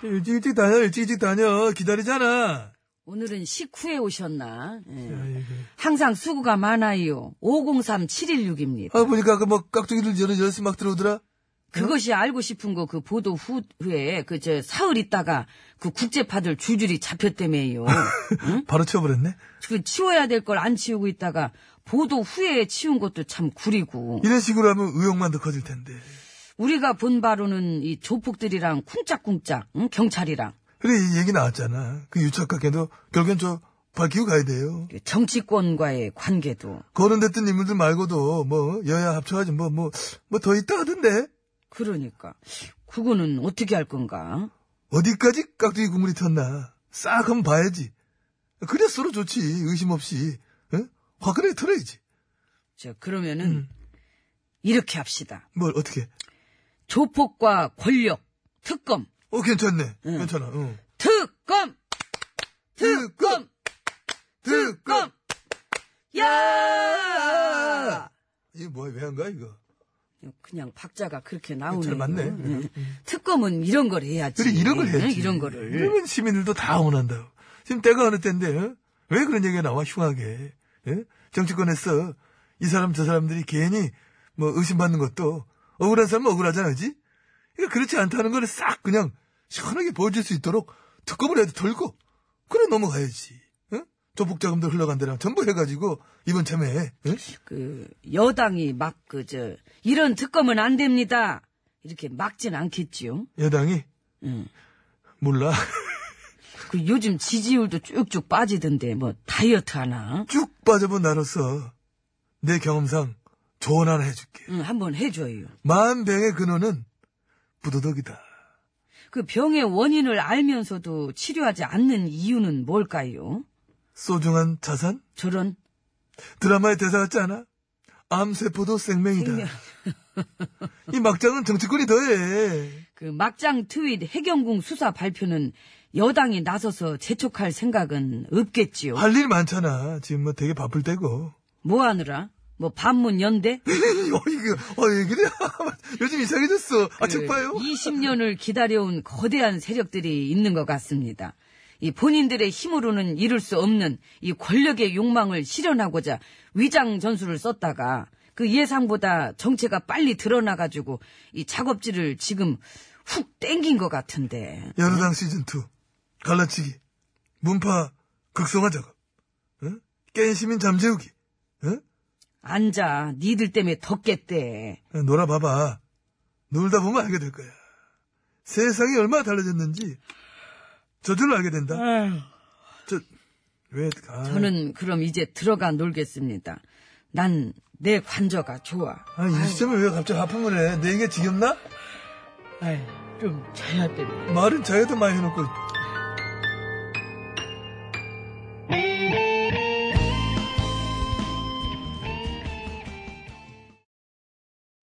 [SPEAKER 3] 일찍 일찍 다녀 일찍 일찍 다녀 기다리잖아.
[SPEAKER 4] 오늘은 식후에 오셨나? 예.
[SPEAKER 3] 아이고.
[SPEAKER 4] 항상 수고가 많아요. 503716입니다.
[SPEAKER 3] 아 보니까 아까 뭐 깍두기들 저런 저런 막 들어오더라.
[SPEAKER 4] 그것이 알고 싶은 거 그 보도 후에 그 저 사흘 있다가 그 국제파들 줄줄이 잡혔다며요.
[SPEAKER 3] 바로 치워버렸네.
[SPEAKER 4] 그 치워야 될 걸 안 치우고 있다가 보도 후에 치운 것도 참 구리고.
[SPEAKER 3] 이런 식으로 하면 의욕만 더 커질 텐데.
[SPEAKER 4] 우리가 본 바로는 이 조폭들이랑 쿵짝쿵짝 응? 경찰이랑
[SPEAKER 3] 그래 이 얘기 나왔잖아. 그 유착각에도 결국엔 저 밝히고 가야 돼요.
[SPEAKER 4] 그 정치권과의 관계도
[SPEAKER 3] 거론됐던 인물들 말고도 뭐 여야 합쳐가지 고 뭐 뭐 뭐 더 있다 하던데
[SPEAKER 4] 그러니까 그거는 어떻게 할 건가?
[SPEAKER 3] 어디까지 깍두기 국물이 텄나 싹 한번 봐야지 그래 서로 좋지 의심 없이 응? 화끈하게 털어야지
[SPEAKER 4] 저 그러면은
[SPEAKER 3] 음.
[SPEAKER 4] 이렇게 합시다.
[SPEAKER 3] 뭘 어떻게
[SPEAKER 4] 조폭과 권력 특검
[SPEAKER 3] 어 괜찮네 괜찮아 응.
[SPEAKER 4] 특검
[SPEAKER 3] 특검
[SPEAKER 4] 특검 특검 야
[SPEAKER 3] 이거 뭐야 왜 한가 이거
[SPEAKER 4] 그냥 박자가 그렇게
[SPEAKER 3] 잘
[SPEAKER 4] 나오네.
[SPEAKER 3] 맞네
[SPEAKER 4] 특검은 이런 걸 해야지.
[SPEAKER 3] 그래 이런 걸 해야지 네.
[SPEAKER 4] 응, 이런 거를.
[SPEAKER 3] 이러면 시민들도 다 원한다고 지금 때가 어느 때인데 응? 왜 그런 얘기가 나와 흉하게 응? 정치권에서 이 사람 저 사람들이 괜히 뭐 의심받는 것도 억울한 사람은 억울하잖아 그지 그러니까 그렇지 않다는 걸 싹 그냥 시원하게 보여줄 수 있도록 특검을 해도 덜고 그래 넘어가야지 응? 조폭 자금들 흘러간 데랑 전부 해가지고 이번 참에 어? 응?
[SPEAKER 4] 그 여당이 막 그 저 이런 특검은 안 됩니다. 이렇게 막진 않겠지요.
[SPEAKER 3] 여당이
[SPEAKER 4] 응.
[SPEAKER 3] 몰라
[SPEAKER 4] 그 요즘 지지율도 쭉쭉 빠지던데 뭐 다이어트 하나.
[SPEAKER 3] 쭉 빠져본 나로서 내 경험상 조언 하나 해줄게
[SPEAKER 4] 응, 한번 해줘요.
[SPEAKER 3] 만병의 근원은 부도덕이다.
[SPEAKER 4] 그 병의 원인을 알면서도 치료하지 않는 이유는 뭘까요?
[SPEAKER 3] 소중한 자산?
[SPEAKER 4] 저런
[SPEAKER 3] 드라마의 대사 같지 않아? 암세포도 생명이다.
[SPEAKER 4] 생명.
[SPEAKER 3] 이 막장은 정치권이 더해.
[SPEAKER 4] 그 막장 트윗 해경궁 수사 발표는 여당이 나서서 재촉할 생각은 없겠지요.
[SPEAKER 3] 할 일 많잖아. 지금 뭐 되게 바쁠 때고.
[SPEAKER 4] 뭐 하느라? 뭐 반문 연대?
[SPEAKER 3] 어, 이거, 어, 왜 그래? 요즘 이상해졌어. 아, 책 봐요.
[SPEAKER 4] 그 20년을 기다려온 거대한 세력들이 있는 것 같습니다. 이 본인들의 힘으로는 이룰 수 없는 이 권력의 욕망을 실현하고자 위장 전술을 썼다가 그 예상보다 정체가 빨리 드러나가지고 이 작업지를 지금 훅 땡긴 것 같은데.
[SPEAKER 3] 여러당 시즌2. 갈라치기. 문파 극성화 작업. 응? 깬 시민 잠재우기. 응?
[SPEAKER 4] 앉아. 니들 때문에 덥겠대.
[SPEAKER 3] 놀아봐봐. 놀다 보면 알게 될 거야. 세상이 얼마나 달라졌는지 저절로 알게 된다. 저, 왜, 아,
[SPEAKER 4] 저는 그럼 이제 들어가 놀겠습니다. 난 내 관저가 좋아.
[SPEAKER 3] 아, 이 시점에 왜 갑자기 하품을 해? 내 얘기가 지겹나?
[SPEAKER 4] 아이, 좀 자야 돼.
[SPEAKER 3] 말은 자기도 많이 해놓고.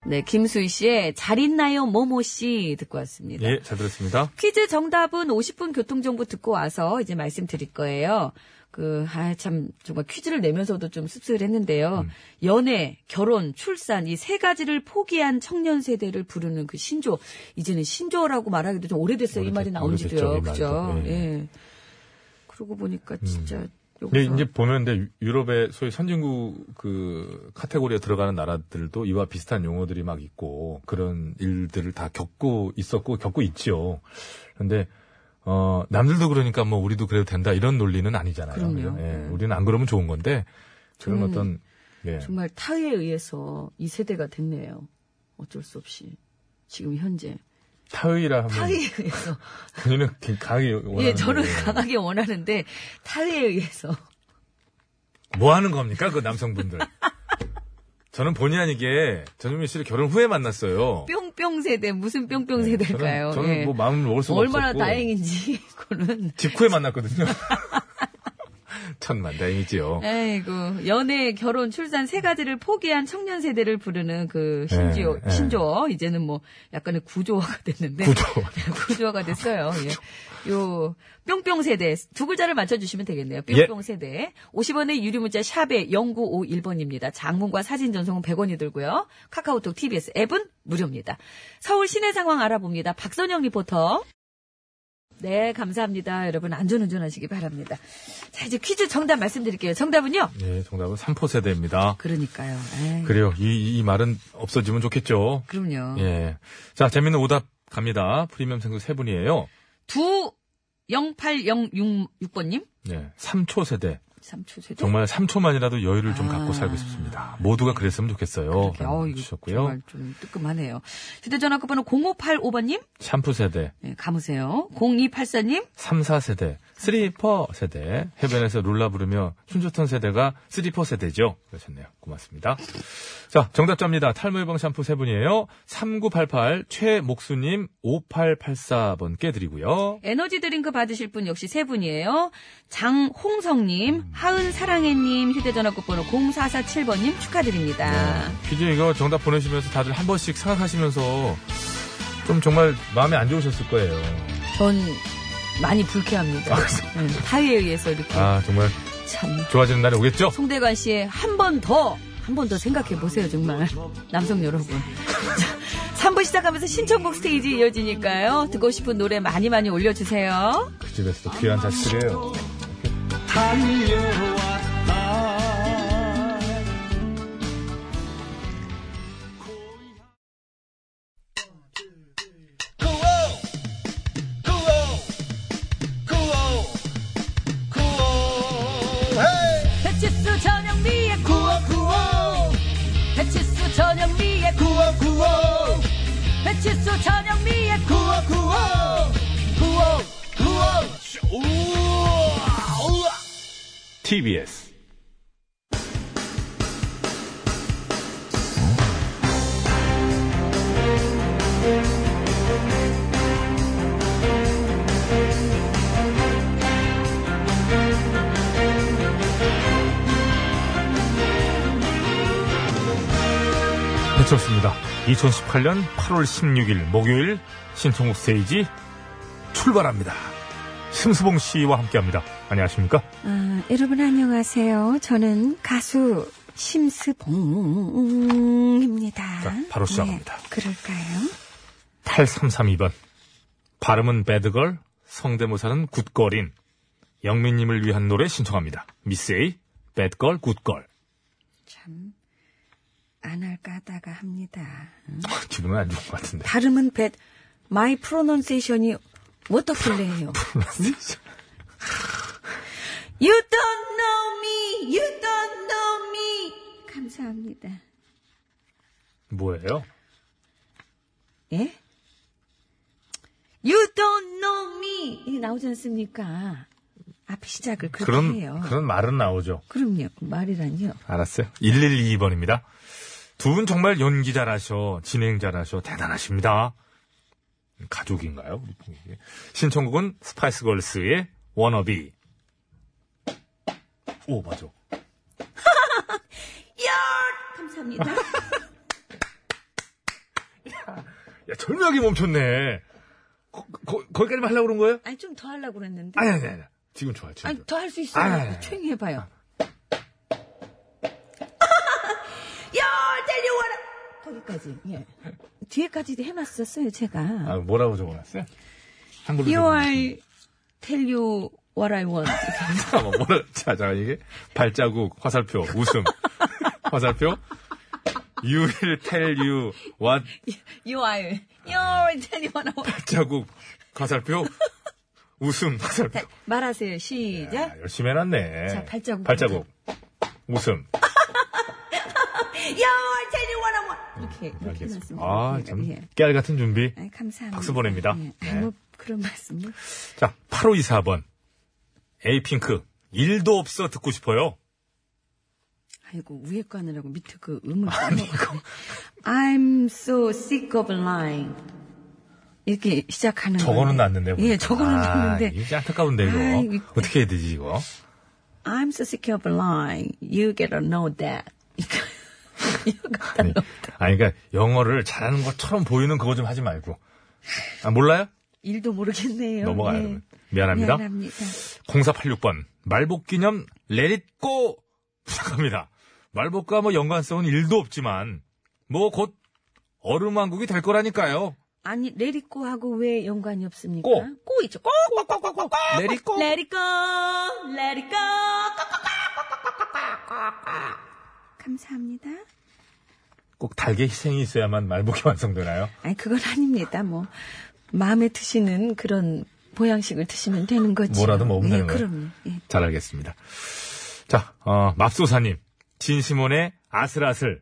[SPEAKER 4] 네, 김수희 씨의 잘 있나요, 모모 씨 듣고 왔습니다.
[SPEAKER 1] 예, 잘 들었습니다.
[SPEAKER 4] 퀴즈 정답은 50분 교통정보 듣고 와서 이제 말씀드릴 거예요. 그, 아, 참, 정말 퀴즈를 내면서도 좀 씁쓸했는데요. 연애, 결혼, 출산, 이 세 가지를 포기한 청년 세대를 부르는 그 신조. 이제는 신조라고 말하기도 좀 오래됐어요. 이 말이
[SPEAKER 1] 오래됐-
[SPEAKER 4] 나온 지도요. 예.
[SPEAKER 1] 오래됐죠, 이 말도.
[SPEAKER 4] 그죠?
[SPEAKER 1] 예.
[SPEAKER 4] 예. 그러고 보니까 진짜
[SPEAKER 1] 근데
[SPEAKER 4] 요거서.
[SPEAKER 1] 이제 보면 근데 유럽의 소위 선진국 그 카테고리에 들어가는 나라들도 이와 비슷한 용어들이 막 있고 그런 일들을 다 겪고 있었고 겪고 있지요. 그런데 어 남들도 그러니까 뭐 우리도 그래도 된다 이런 논리는 아니잖아요.
[SPEAKER 4] 그럼요.
[SPEAKER 1] 그죠? 예,
[SPEAKER 4] 네. 음.
[SPEAKER 1] 우리는 안 그러면 좋은 건데 그런
[SPEAKER 4] 저는
[SPEAKER 1] 어떤 예.
[SPEAKER 4] 정말 타에 의해서 이 세대가 됐네요. 어쩔 수 없이 지금 현재
[SPEAKER 1] 타의라 하면
[SPEAKER 4] 타에 의해서
[SPEAKER 1] 본인은 기- 강하게 네. 원하는
[SPEAKER 4] 예 저는
[SPEAKER 1] 거예요.
[SPEAKER 4] 강하게 원하는데 타에 의해서
[SPEAKER 1] 뭐 하는 겁니까 그 남성분들? 저는 본의 아니게 전현미 씨를 결혼 후에 만났어요.
[SPEAKER 4] 뿅뿅 세대 무슨 뿅뿅
[SPEAKER 1] 네,
[SPEAKER 4] 세대일까요?
[SPEAKER 1] 저는, 저는
[SPEAKER 4] 예.
[SPEAKER 1] 뭐 마음을 먹을 수가
[SPEAKER 4] 얼마나
[SPEAKER 1] 없었고
[SPEAKER 4] 다행인지 그거는
[SPEAKER 1] 직후에 만났거든요. 천만
[SPEAKER 4] 네.
[SPEAKER 1] 다행이지요.
[SPEAKER 4] 아이고 연애 결혼 출산 세 가지를 포기한 청년 세대를 부르는 그 신지어
[SPEAKER 1] 예, 예.
[SPEAKER 4] 신조어 이제는 뭐 약간의 구조화가 됐는데
[SPEAKER 1] 구조.
[SPEAKER 4] 구조화가 됐어요. 예. 요 뿅뿅 세대 두 글자를 맞춰주시면 되겠네요.
[SPEAKER 1] 예.
[SPEAKER 4] 뿅뿅 세대 50원의 유료 문자 샵에 0951번입니다. 장문과 사진 전송은 100원이 들고요. 카카오톡 TBS 앱은 무료입니다. 서울 시내 상황 알아봅니다. 박선영 리포터. 네, 감사합니다. 여러분 안전운전 하시기 바랍니다. 자, 이제 퀴즈 정답 말씀드릴게요. 정답은요?
[SPEAKER 1] 예, 정답은 삼포 세대입니다.
[SPEAKER 4] 그러니까요. 에이,
[SPEAKER 1] 그래요. 이, 이 말은 없어지면 좋겠죠.
[SPEAKER 4] 그럼요.
[SPEAKER 1] 예. 자, 재밌는 오답 갑니다. 프리미엄 생수 세 분이에요.
[SPEAKER 4] 두 0806번님?
[SPEAKER 1] 예. 삼초 세대.
[SPEAKER 4] 3초 세대.
[SPEAKER 1] 정말 삼초만이라도 여유를 좀 갖고
[SPEAKER 4] 아.
[SPEAKER 1] 살고 싶습니다. 모두가 그랬으면 좋겠어요.
[SPEAKER 4] 이렇게, 어, 이거
[SPEAKER 1] 주셨고요.
[SPEAKER 4] 정말 좀 뜨끔하네요. 휴대전화 끝번호 0585번님, 네,
[SPEAKER 1] 샴푸 세대,
[SPEAKER 4] 감으세요. 0284님,
[SPEAKER 1] 3, 4 세대, 스리퍼 세대, 해변에서 룰라 부르며 춤췄던 세대가 스리퍼 세대죠. 그러셨네요. 고맙습니다. 자, 정답자입니다. 탈모 예방 샴푸 세 분이에요. 3988, 최목수님, 5884번께 드리고요.
[SPEAKER 4] 에너지 드링크 받으실 분 역시 세 분이에요.
[SPEAKER 1] 음.
[SPEAKER 4] 장홍성님, 하은사랑해님, 휴대전화 끝번호 0447번님 축하드립니다.
[SPEAKER 1] 퀴즈 이거 정답 보내시면서 다들 한 번씩 생각하시면서 좀 정말 마음에 안 좋으셨을 거예요.
[SPEAKER 4] 전 많이 불쾌합니다.
[SPEAKER 1] 아, 그래서-
[SPEAKER 4] 네, 타의에 의해서 이렇게.
[SPEAKER 1] 아, 정말
[SPEAKER 4] 참.
[SPEAKER 1] 좋아지는 날이 오겠죠?
[SPEAKER 4] 송대관 씨의 한 번 더, 한 번 더 생각해 보세요, 정말. 남성 여러분. 자, 3부 시작하면서 신청곡 스테이지 이어지니까요. 듣고 싶은 노래 많이 많이 올려주세요.
[SPEAKER 1] 그 집에서도 귀한 자식이에요.
[SPEAKER 4] 배치수 전영미의 구워 구워 배치수 전영미의 구워 구워 배치수 전영미의 구워
[SPEAKER 1] TBS. 배쳤습니다. 2018년 8월 16일 목요일 신청곡 스테이지 출발합니다. 심수봉 씨와 함께합니다. 안녕하십니까?
[SPEAKER 9] 아, 여러분 안녕하세요. 저는 가수 심스봉입니다.
[SPEAKER 1] 자, 바로 시작합니다.
[SPEAKER 9] 네, 그럴까요?
[SPEAKER 1] 8332번. 발음은 배드걸, 성대모사는 굿걸인. 영민님을 위한 노래 신청합니다. 미세이, 배드걸, 굿걸.
[SPEAKER 9] 참, 안 할까 하다가 합니다.
[SPEAKER 1] 기분은 안 좋은 것 같은데.
[SPEAKER 9] 발음은 배, 마이 프로넌세이션이 워터플레이요. You don't know me, you don't know me. 감사합니다.
[SPEAKER 1] 뭐예요?
[SPEAKER 9] 예? You don't know me. 이게 나오지 않습니까? 앞에 시작을 그렇게
[SPEAKER 1] 그런,
[SPEAKER 9] 해요.
[SPEAKER 1] 그런 말은 나오죠.
[SPEAKER 9] 그럼요. 말이란요.
[SPEAKER 1] 알았어요. 112번입니다. 두 분 정말 연기 잘하셔, 진행 잘하셔, 대단하십니다. 가족인가요? 우리 동이? 신청곡은 스파이스 걸스의 워너비. 오, 맞아.
[SPEAKER 9] 감사합니다.
[SPEAKER 1] 야, 절묘하게 멈췄네. 거, 거, 거기까지만 하려고 그런 거예요?
[SPEAKER 9] 아니 좀 더 하려고 그랬는데.
[SPEAKER 1] 아니, 아니, 아니. 지금 좋아요, 지금.
[SPEAKER 9] 아니 더 할 수
[SPEAKER 1] 아니, 아니,
[SPEAKER 9] 있어요.
[SPEAKER 1] 아니.
[SPEAKER 9] 조용히 해봐요. 거기까지. 예. 뒤에까지도 해놨었어요 제가.
[SPEAKER 1] 아, 뭐라고 적어놨어요? 아, 한글로.
[SPEAKER 9] You are tell you
[SPEAKER 4] what I want.
[SPEAKER 1] 잠깐만, 아, 뭐라, 자, 자, 이게. 발자국, 화살표, 웃음. 화살표. You will tell you what
[SPEAKER 4] You are. You're telling what I want.
[SPEAKER 1] 발자국, 화살표, 웃음, 화살표.
[SPEAKER 4] 자, 말하세요.
[SPEAKER 1] 야,
[SPEAKER 4] 시작.
[SPEAKER 1] 열심히 해놨네.
[SPEAKER 4] 자, 발자국.
[SPEAKER 1] 발자국. 웃음.
[SPEAKER 9] You're telling what I want.
[SPEAKER 4] 이렇게 이렇게
[SPEAKER 1] 알겠습니다.
[SPEAKER 4] 말씀.
[SPEAKER 1] 아,
[SPEAKER 4] 예,
[SPEAKER 1] 참.
[SPEAKER 4] 예.
[SPEAKER 1] 깨알 같은 준비.
[SPEAKER 4] 아, 감사합니다.
[SPEAKER 1] 박수 보냅니다.
[SPEAKER 4] 예,
[SPEAKER 1] 네.
[SPEAKER 4] 아무 그런 말씀을.
[SPEAKER 1] 자, 8524번. 에이핑크. 일도 없어 듣고 싶어요.
[SPEAKER 4] 아이고 위에 거 하느라고 밑에 그 음을 까먹고 I'm so sick of lying 이렇게 시작하는
[SPEAKER 1] 저거는
[SPEAKER 4] 건데.
[SPEAKER 1] 났는데.
[SPEAKER 4] 예
[SPEAKER 1] 보니까.
[SPEAKER 4] 저거는
[SPEAKER 1] 아,
[SPEAKER 4] 났는데
[SPEAKER 1] 이게 안타까운데, 이거.
[SPEAKER 4] 아, 이거-
[SPEAKER 1] 어떻게 해야 되지, 이거?
[SPEAKER 4] I'm so sick of lying you gotta know that 이거 갖다
[SPEAKER 1] 아니,
[SPEAKER 4] 놓-
[SPEAKER 1] 아니, 그러니까 영어를 잘하는 것처럼 보이는 그거 좀 하지 말고. 아, 몰라요?
[SPEAKER 4] 일도 모르겠네요
[SPEAKER 1] 넘어가요,
[SPEAKER 4] 예.
[SPEAKER 1] 그러면. 미안합니다.
[SPEAKER 4] 미안합니다
[SPEAKER 1] 0486번. 말복 기념 레릿고 부탁합니다. 말복과 뭐 연관성은 일도 없지만 뭐 곧 얼음왕국이 될 거라니까요.
[SPEAKER 4] 아니 레리코하고 왜 연관이 없습니까
[SPEAKER 1] 꼬.
[SPEAKER 4] 꼬 있죠 꼬
[SPEAKER 1] 레릿고
[SPEAKER 4] 레리코 레리코
[SPEAKER 9] 감사합니다.
[SPEAKER 1] 꼭 닭의 희생이 있어야만 말복이 완성되나요?
[SPEAKER 4] 아니 그건 아닙니다 뭐 마음에 드시는 그런 보양식을 드시면 되는 거지
[SPEAKER 1] 뭐라도 먹으면 되는
[SPEAKER 4] 예,
[SPEAKER 1] 거예요?
[SPEAKER 4] 그럼요 예.
[SPEAKER 1] 잘 알겠습니다. 자, 어, 맙소사님. 진시몬의 아슬아슬.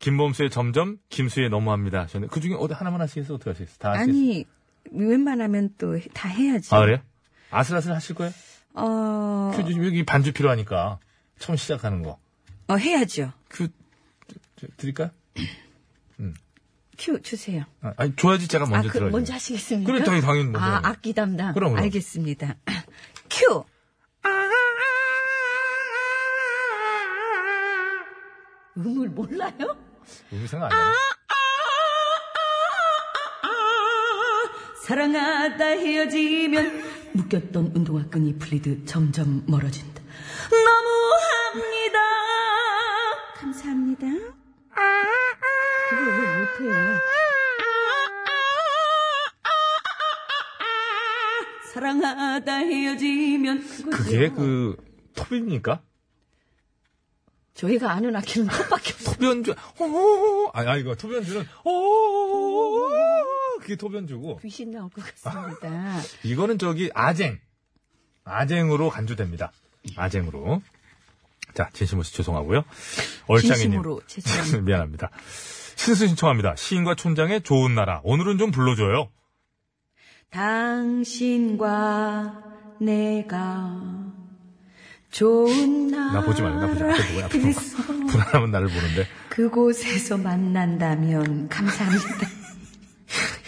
[SPEAKER 1] 김범수의 점점, 김수의 너무합니다. 저는 그 중에 어디 하나만 하시겠어요? 어떻게 하시겠어요? 다 하시겠어요?
[SPEAKER 4] 아니, 웬만하면 또 다 해야지.
[SPEAKER 1] 아, 그래요? 아슬아슬 하실 거예요?
[SPEAKER 4] 어,
[SPEAKER 1] 큐 주시면 여기 반주 필요하니까. 처음 시작하는 거.
[SPEAKER 4] 어, 해야죠.
[SPEAKER 1] 큐, 저- 드릴까요?
[SPEAKER 4] 큐 주세요.
[SPEAKER 1] 아, 아니, 줘야지 제가 먼저
[SPEAKER 4] 아, 그,
[SPEAKER 1] 들어요.
[SPEAKER 4] 먼저 하시겠습니까?
[SPEAKER 1] 그래, 당연히, 당연히 먼저.
[SPEAKER 4] 아,
[SPEAKER 1] 하는 거예요.
[SPEAKER 4] 악기 담당.
[SPEAKER 1] 그럼, 그럼.
[SPEAKER 4] 알겠습니다. 큐! 아, 아. 음을 몰라요?
[SPEAKER 1] 음이 생각 안
[SPEAKER 4] 아,
[SPEAKER 1] 나요?
[SPEAKER 4] 사랑하다 헤어지면 묶였던 운동화 끈이 풀리듯 점점 멀어진다. 너무합니다.
[SPEAKER 9] 감사합니다.
[SPEAKER 4] 그걸 왜 못해요? 사랑하다 헤어지면
[SPEAKER 1] 그게
[SPEAKER 4] 그거죠.
[SPEAKER 1] 그, 톱입니까?
[SPEAKER 4] 저희가 아는 악기는 톱밖에 없어.
[SPEAKER 1] 토변주, 호호호. 아니, 아니, 이거 토변주는, 호호호. 그게 토변주고.
[SPEAKER 4] 귀신 나올 것 같습니다.
[SPEAKER 1] 아, 이거는 저기 아쟁. 아쟁으로 간주됩니다. 아쟁으로. 자, 진심으로 죄송하고요. 얼짱이님.
[SPEAKER 4] 진심으로 죄송합니다.
[SPEAKER 1] 미안합니다. 신스 신청합니다. 시인과 촌장의 좋은 나라. 오늘은 좀 불러줘요.
[SPEAKER 4] 당신과 내가 좋은 날.
[SPEAKER 1] 나 보지 말고, 나 보지 말고. 뭐야, 앞으로. 불안하면 나를 보는데.
[SPEAKER 4] 그곳에서 만난다면 감사합니다.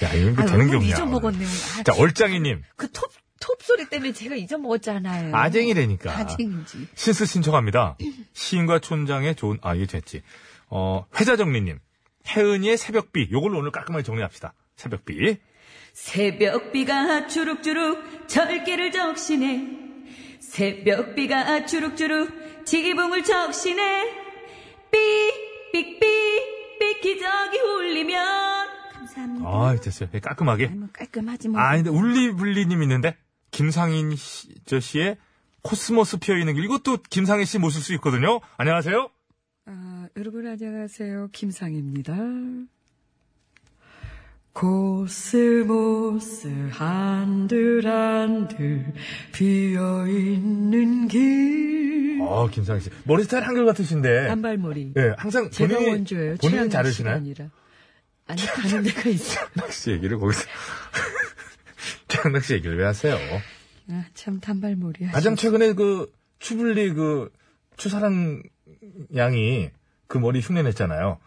[SPEAKER 1] 야, 이런 거
[SPEAKER 4] 아유,
[SPEAKER 1] 뭐 되는 게
[SPEAKER 4] 오늘
[SPEAKER 1] 없냐.
[SPEAKER 4] 잊어먹었네, 오늘. 아,
[SPEAKER 1] 자, 얼짱이님.
[SPEAKER 4] 그 톱, 톱 소리 때문에 제가 잊어먹었잖아요.
[SPEAKER 1] 아쟁이라니까.
[SPEAKER 4] 아쟁이지.
[SPEAKER 1] 신스 신청합니다. 시인과 촌장의 좋은, 아, 이게 됐지. 어, 회자정리님. 혜은이의 새벽비. 요걸로 오늘 깔끔하게 정리합시다. 새벽비.
[SPEAKER 4] 새벽비가 주룩주룩 절개를 적시네 새벽비가 주룩주룩 지붕을 적시네 삑삑삑 삑 기적이 울리면
[SPEAKER 9] 감사합니다.
[SPEAKER 1] 아, 됐어요. 예, 깔끔하게.
[SPEAKER 4] 뭐 깔끔하지 뭐
[SPEAKER 1] 아, 근데 울리불리님 있는데 김상인 씨, 저 씨의 코스모스 피어 있는 길 이것도 김상인 씨 모실 수 있거든요. 안녕하세요.
[SPEAKER 10] 아, 여러분 안녕하세요. 김상입니다. 코스모스 한들 한들 비어 있는 길
[SPEAKER 1] 아, 김상인 씨 머리 스타일 한결 같으신데.
[SPEAKER 10] 단발머리
[SPEAKER 1] 예, 항상
[SPEAKER 10] 제가
[SPEAKER 1] 본인이-
[SPEAKER 10] 원조예요.
[SPEAKER 1] 본인은
[SPEAKER 10] 최양락 씨가
[SPEAKER 1] 자르시나요?
[SPEAKER 10] 아니라 아니 다른 데가 있어.
[SPEAKER 1] 낚시 얘기를 거기서 낚시 얘기를 왜 하세요?
[SPEAKER 10] 아, 참 단발머리
[SPEAKER 1] 가장 최근에 그 추블리 그 추사랑 양이 그 머리 흉내냈잖아요.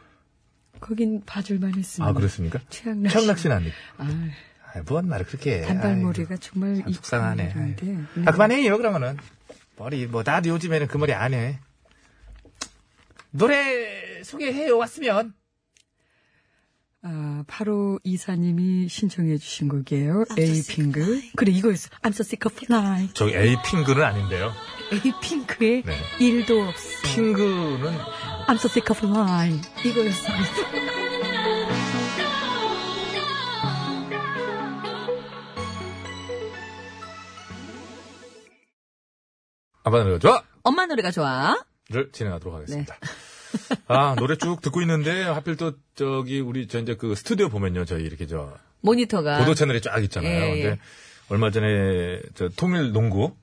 [SPEAKER 10] 거긴 봐줄만 했습니다.
[SPEAKER 1] 아 그렇습니까?
[SPEAKER 10] 최양락
[SPEAKER 1] 최양
[SPEAKER 10] 씨.
[SPEAKER 1] 낚시는 아니.
[SPEAKER 10] 아,
[SPEAKER 1] 아, 뭔 말을 그렇게 해.
[SPEAKER 10] 단발머리가 정말
[SPEAKER 1] 참 속상하네.
[SPEAKER 10] 이쁜데.
[SPEAKER 1] 아이고. 아, 그만해요, 그러면은. 머리, 뭐, 나도 요즘에는 그 머리 안 해. 노래 소개해요, 왔으면.
[SPEAKER 10] 아, 바로 이사님이 신청해 주신 곡이에요. 에이핑크. 그래, 이거였어. I'm so sick of lying.
[SPEAKER 1] 저기 에이핑크는 아닌데요.
[SPEAKER 10] 에이핑크의
[SPEAKER 1] 네.
[SPEAKER 10] 일도 없어.
[SPEAKER 1] 핑크는.
[SPEAKER 10] I'm so sick of lying. 이거였어.
[SPEAKER 1] 아빠 노래가 좋아!
[SPEAKER 4] 엄마 노래가 좋아.
[SPEAKER 1] 를 진행하도록 하겠습니다.
[SPEAKER 10] 네.
[SPEAKER 1] 아, 노래 쭉 듣고 있는데, 하필 또, 저기, 우리, 저 이제 그 스튜디오 보면요, 저희 이렇게 저,
[SPEAKER 4] 모니터가.
[SPEAKER 1] 보도 채널이 쫙 있잖아요.
[SPEAKER 4] 아. 예, 예.
[SPEAKER 1] 근데, 얼마 전에, 저, 통일 농구,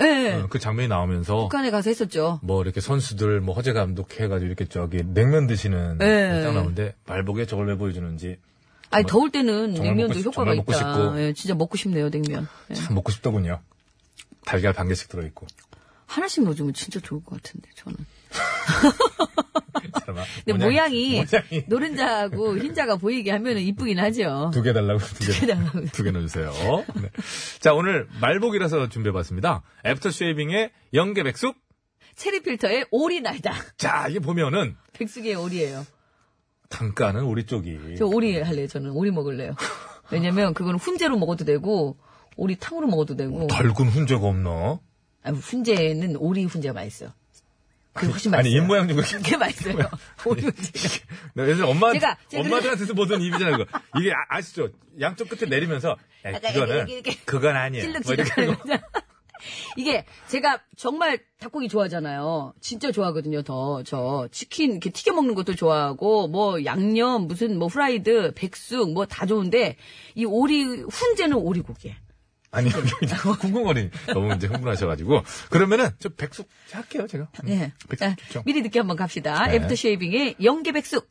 [SPEAKER 4] 예.
[SPEAKER 1] 어, 그 장면이 나오면서,
[SPEAKER 4] 북한에 가서 했었죠.
[SPEAKER 1] 뭐 이렇게 선수들, 뭐 허재 감독 해가지고 이렇게 저기, 냉면 드시는,
[SPEAKER 4] 예.
[SPEAKER 1] 딱 나오는데, 말복에 저걸 왜 보여주는지,
[SPEAKER 4] 아니 더울 때는
[SPEAKER 1] 정말 먹고
[SPEAKER 4] 냉면도
[SPEAKER 1] 싶-
[SPEAKER 4] 효과가
[SPEAKER 1] 정말 먹고
[SPEAKER 4] 있다.
[SPEAKER 1] 싶고.
[SPEAKER 4] 예, 진짜 먹고 싶네요 냉면. 예.
[SPEAKER 1] 참 먹고 싶더군요. 달걀 반 개씩 들어있고.
[SPEAKER 4] 하나씩 넣어주면 진짜 좋을 것 같은데 저는.
[SPEAKER 1] 설마.
[SPEAKER 4] 근데
[SPEAKER 1] 모양이-
[SPEAKER 4] 모양이,
[SPEAKER 1] 모양이
[SPEAKER 4] 노른자하고 흰자가 보이게 하면 이쁘긴 하죠.
[SPEAKER 1] 두 개 달라고 두 개
[SPEAKER 4] 달라고.
[SPEAKER 1] 두 개 넣어주세요. 네. 자 오늘 말복이라서 준비해봤습니다. 애프터 쉐이빙의 영계 백숙.
[SPEAKER 4] 체리 필터의 오리 날다.
[SPEAKER 1] 자 이게 보면은
[SPEAKER 4] 백숙이의 오리예요.
[SPEAKER 1] 단가는 우리 쪽이.
[SPEAKER 4] 저 오리 할래요. 저는 오리 먹을래요. 왜냐면 그건 훈제로 먹어도 되고 오리 탕으로 먹어도 되고.
[SPEAKER 1] 덜군 훈제가 없노.
[SPEAKER 4] 아니, 훈제는 오리 훈제가 맛있어요. 그게 훨씬
[SPEAKER 1] 아니
[SPEAKER 4] 맛있어요.
[SPEAKER 1] 입 모양 좀.
[SPEAKER 4] 그게 맛있어요. 오리 훈제가.
[SPEAKER 1] 내가 예전에 엄마
[SPEAKER 4] 제가- 제가
[SPEAKER 1] 엄마들한테서 보던 입이잖아요. 그거. 이게 아, 시죠 양쪽 끝에 내리면서 야,
[SPEAKER 4] 약간
[SPEAKER 1] 그거는
[SPEAKER 4] 이렇게- 이렇게-
[SPEAKER 1] 그건 아니에요. 뭐 이렇게 하는 거.
[SPEAKER 4] 찔룩찔룩합니다. 이게 제가 정말 닭고기 좋아하잖아요. 진짜 좋아하거든요. 더 저 치킨 이렇게 튀겨 먹는 것도 좋아하고 뭐 양념 무슨 뭐 프라이드 백숙 뭐 다 좋은데 이 오리 훈제는 오리고기.
[SPEAKER 1] 아니 궁금거리 너무 이제 흥분하셔가지고 그러면은 저 백숙 할게요 제가. 음,
[SPEAKER 4] 예.
[SPEAKER 1] 백숙
[SPEAKER 4] 자,
[SPEAKER 1] 좋죠.
[SPEAKER 4] 미리 듣게 한번 갑시다.
[SPEAKER 1] 네.
[SPEAKER 4] 애프터 쉐이빙의 영계 백숙.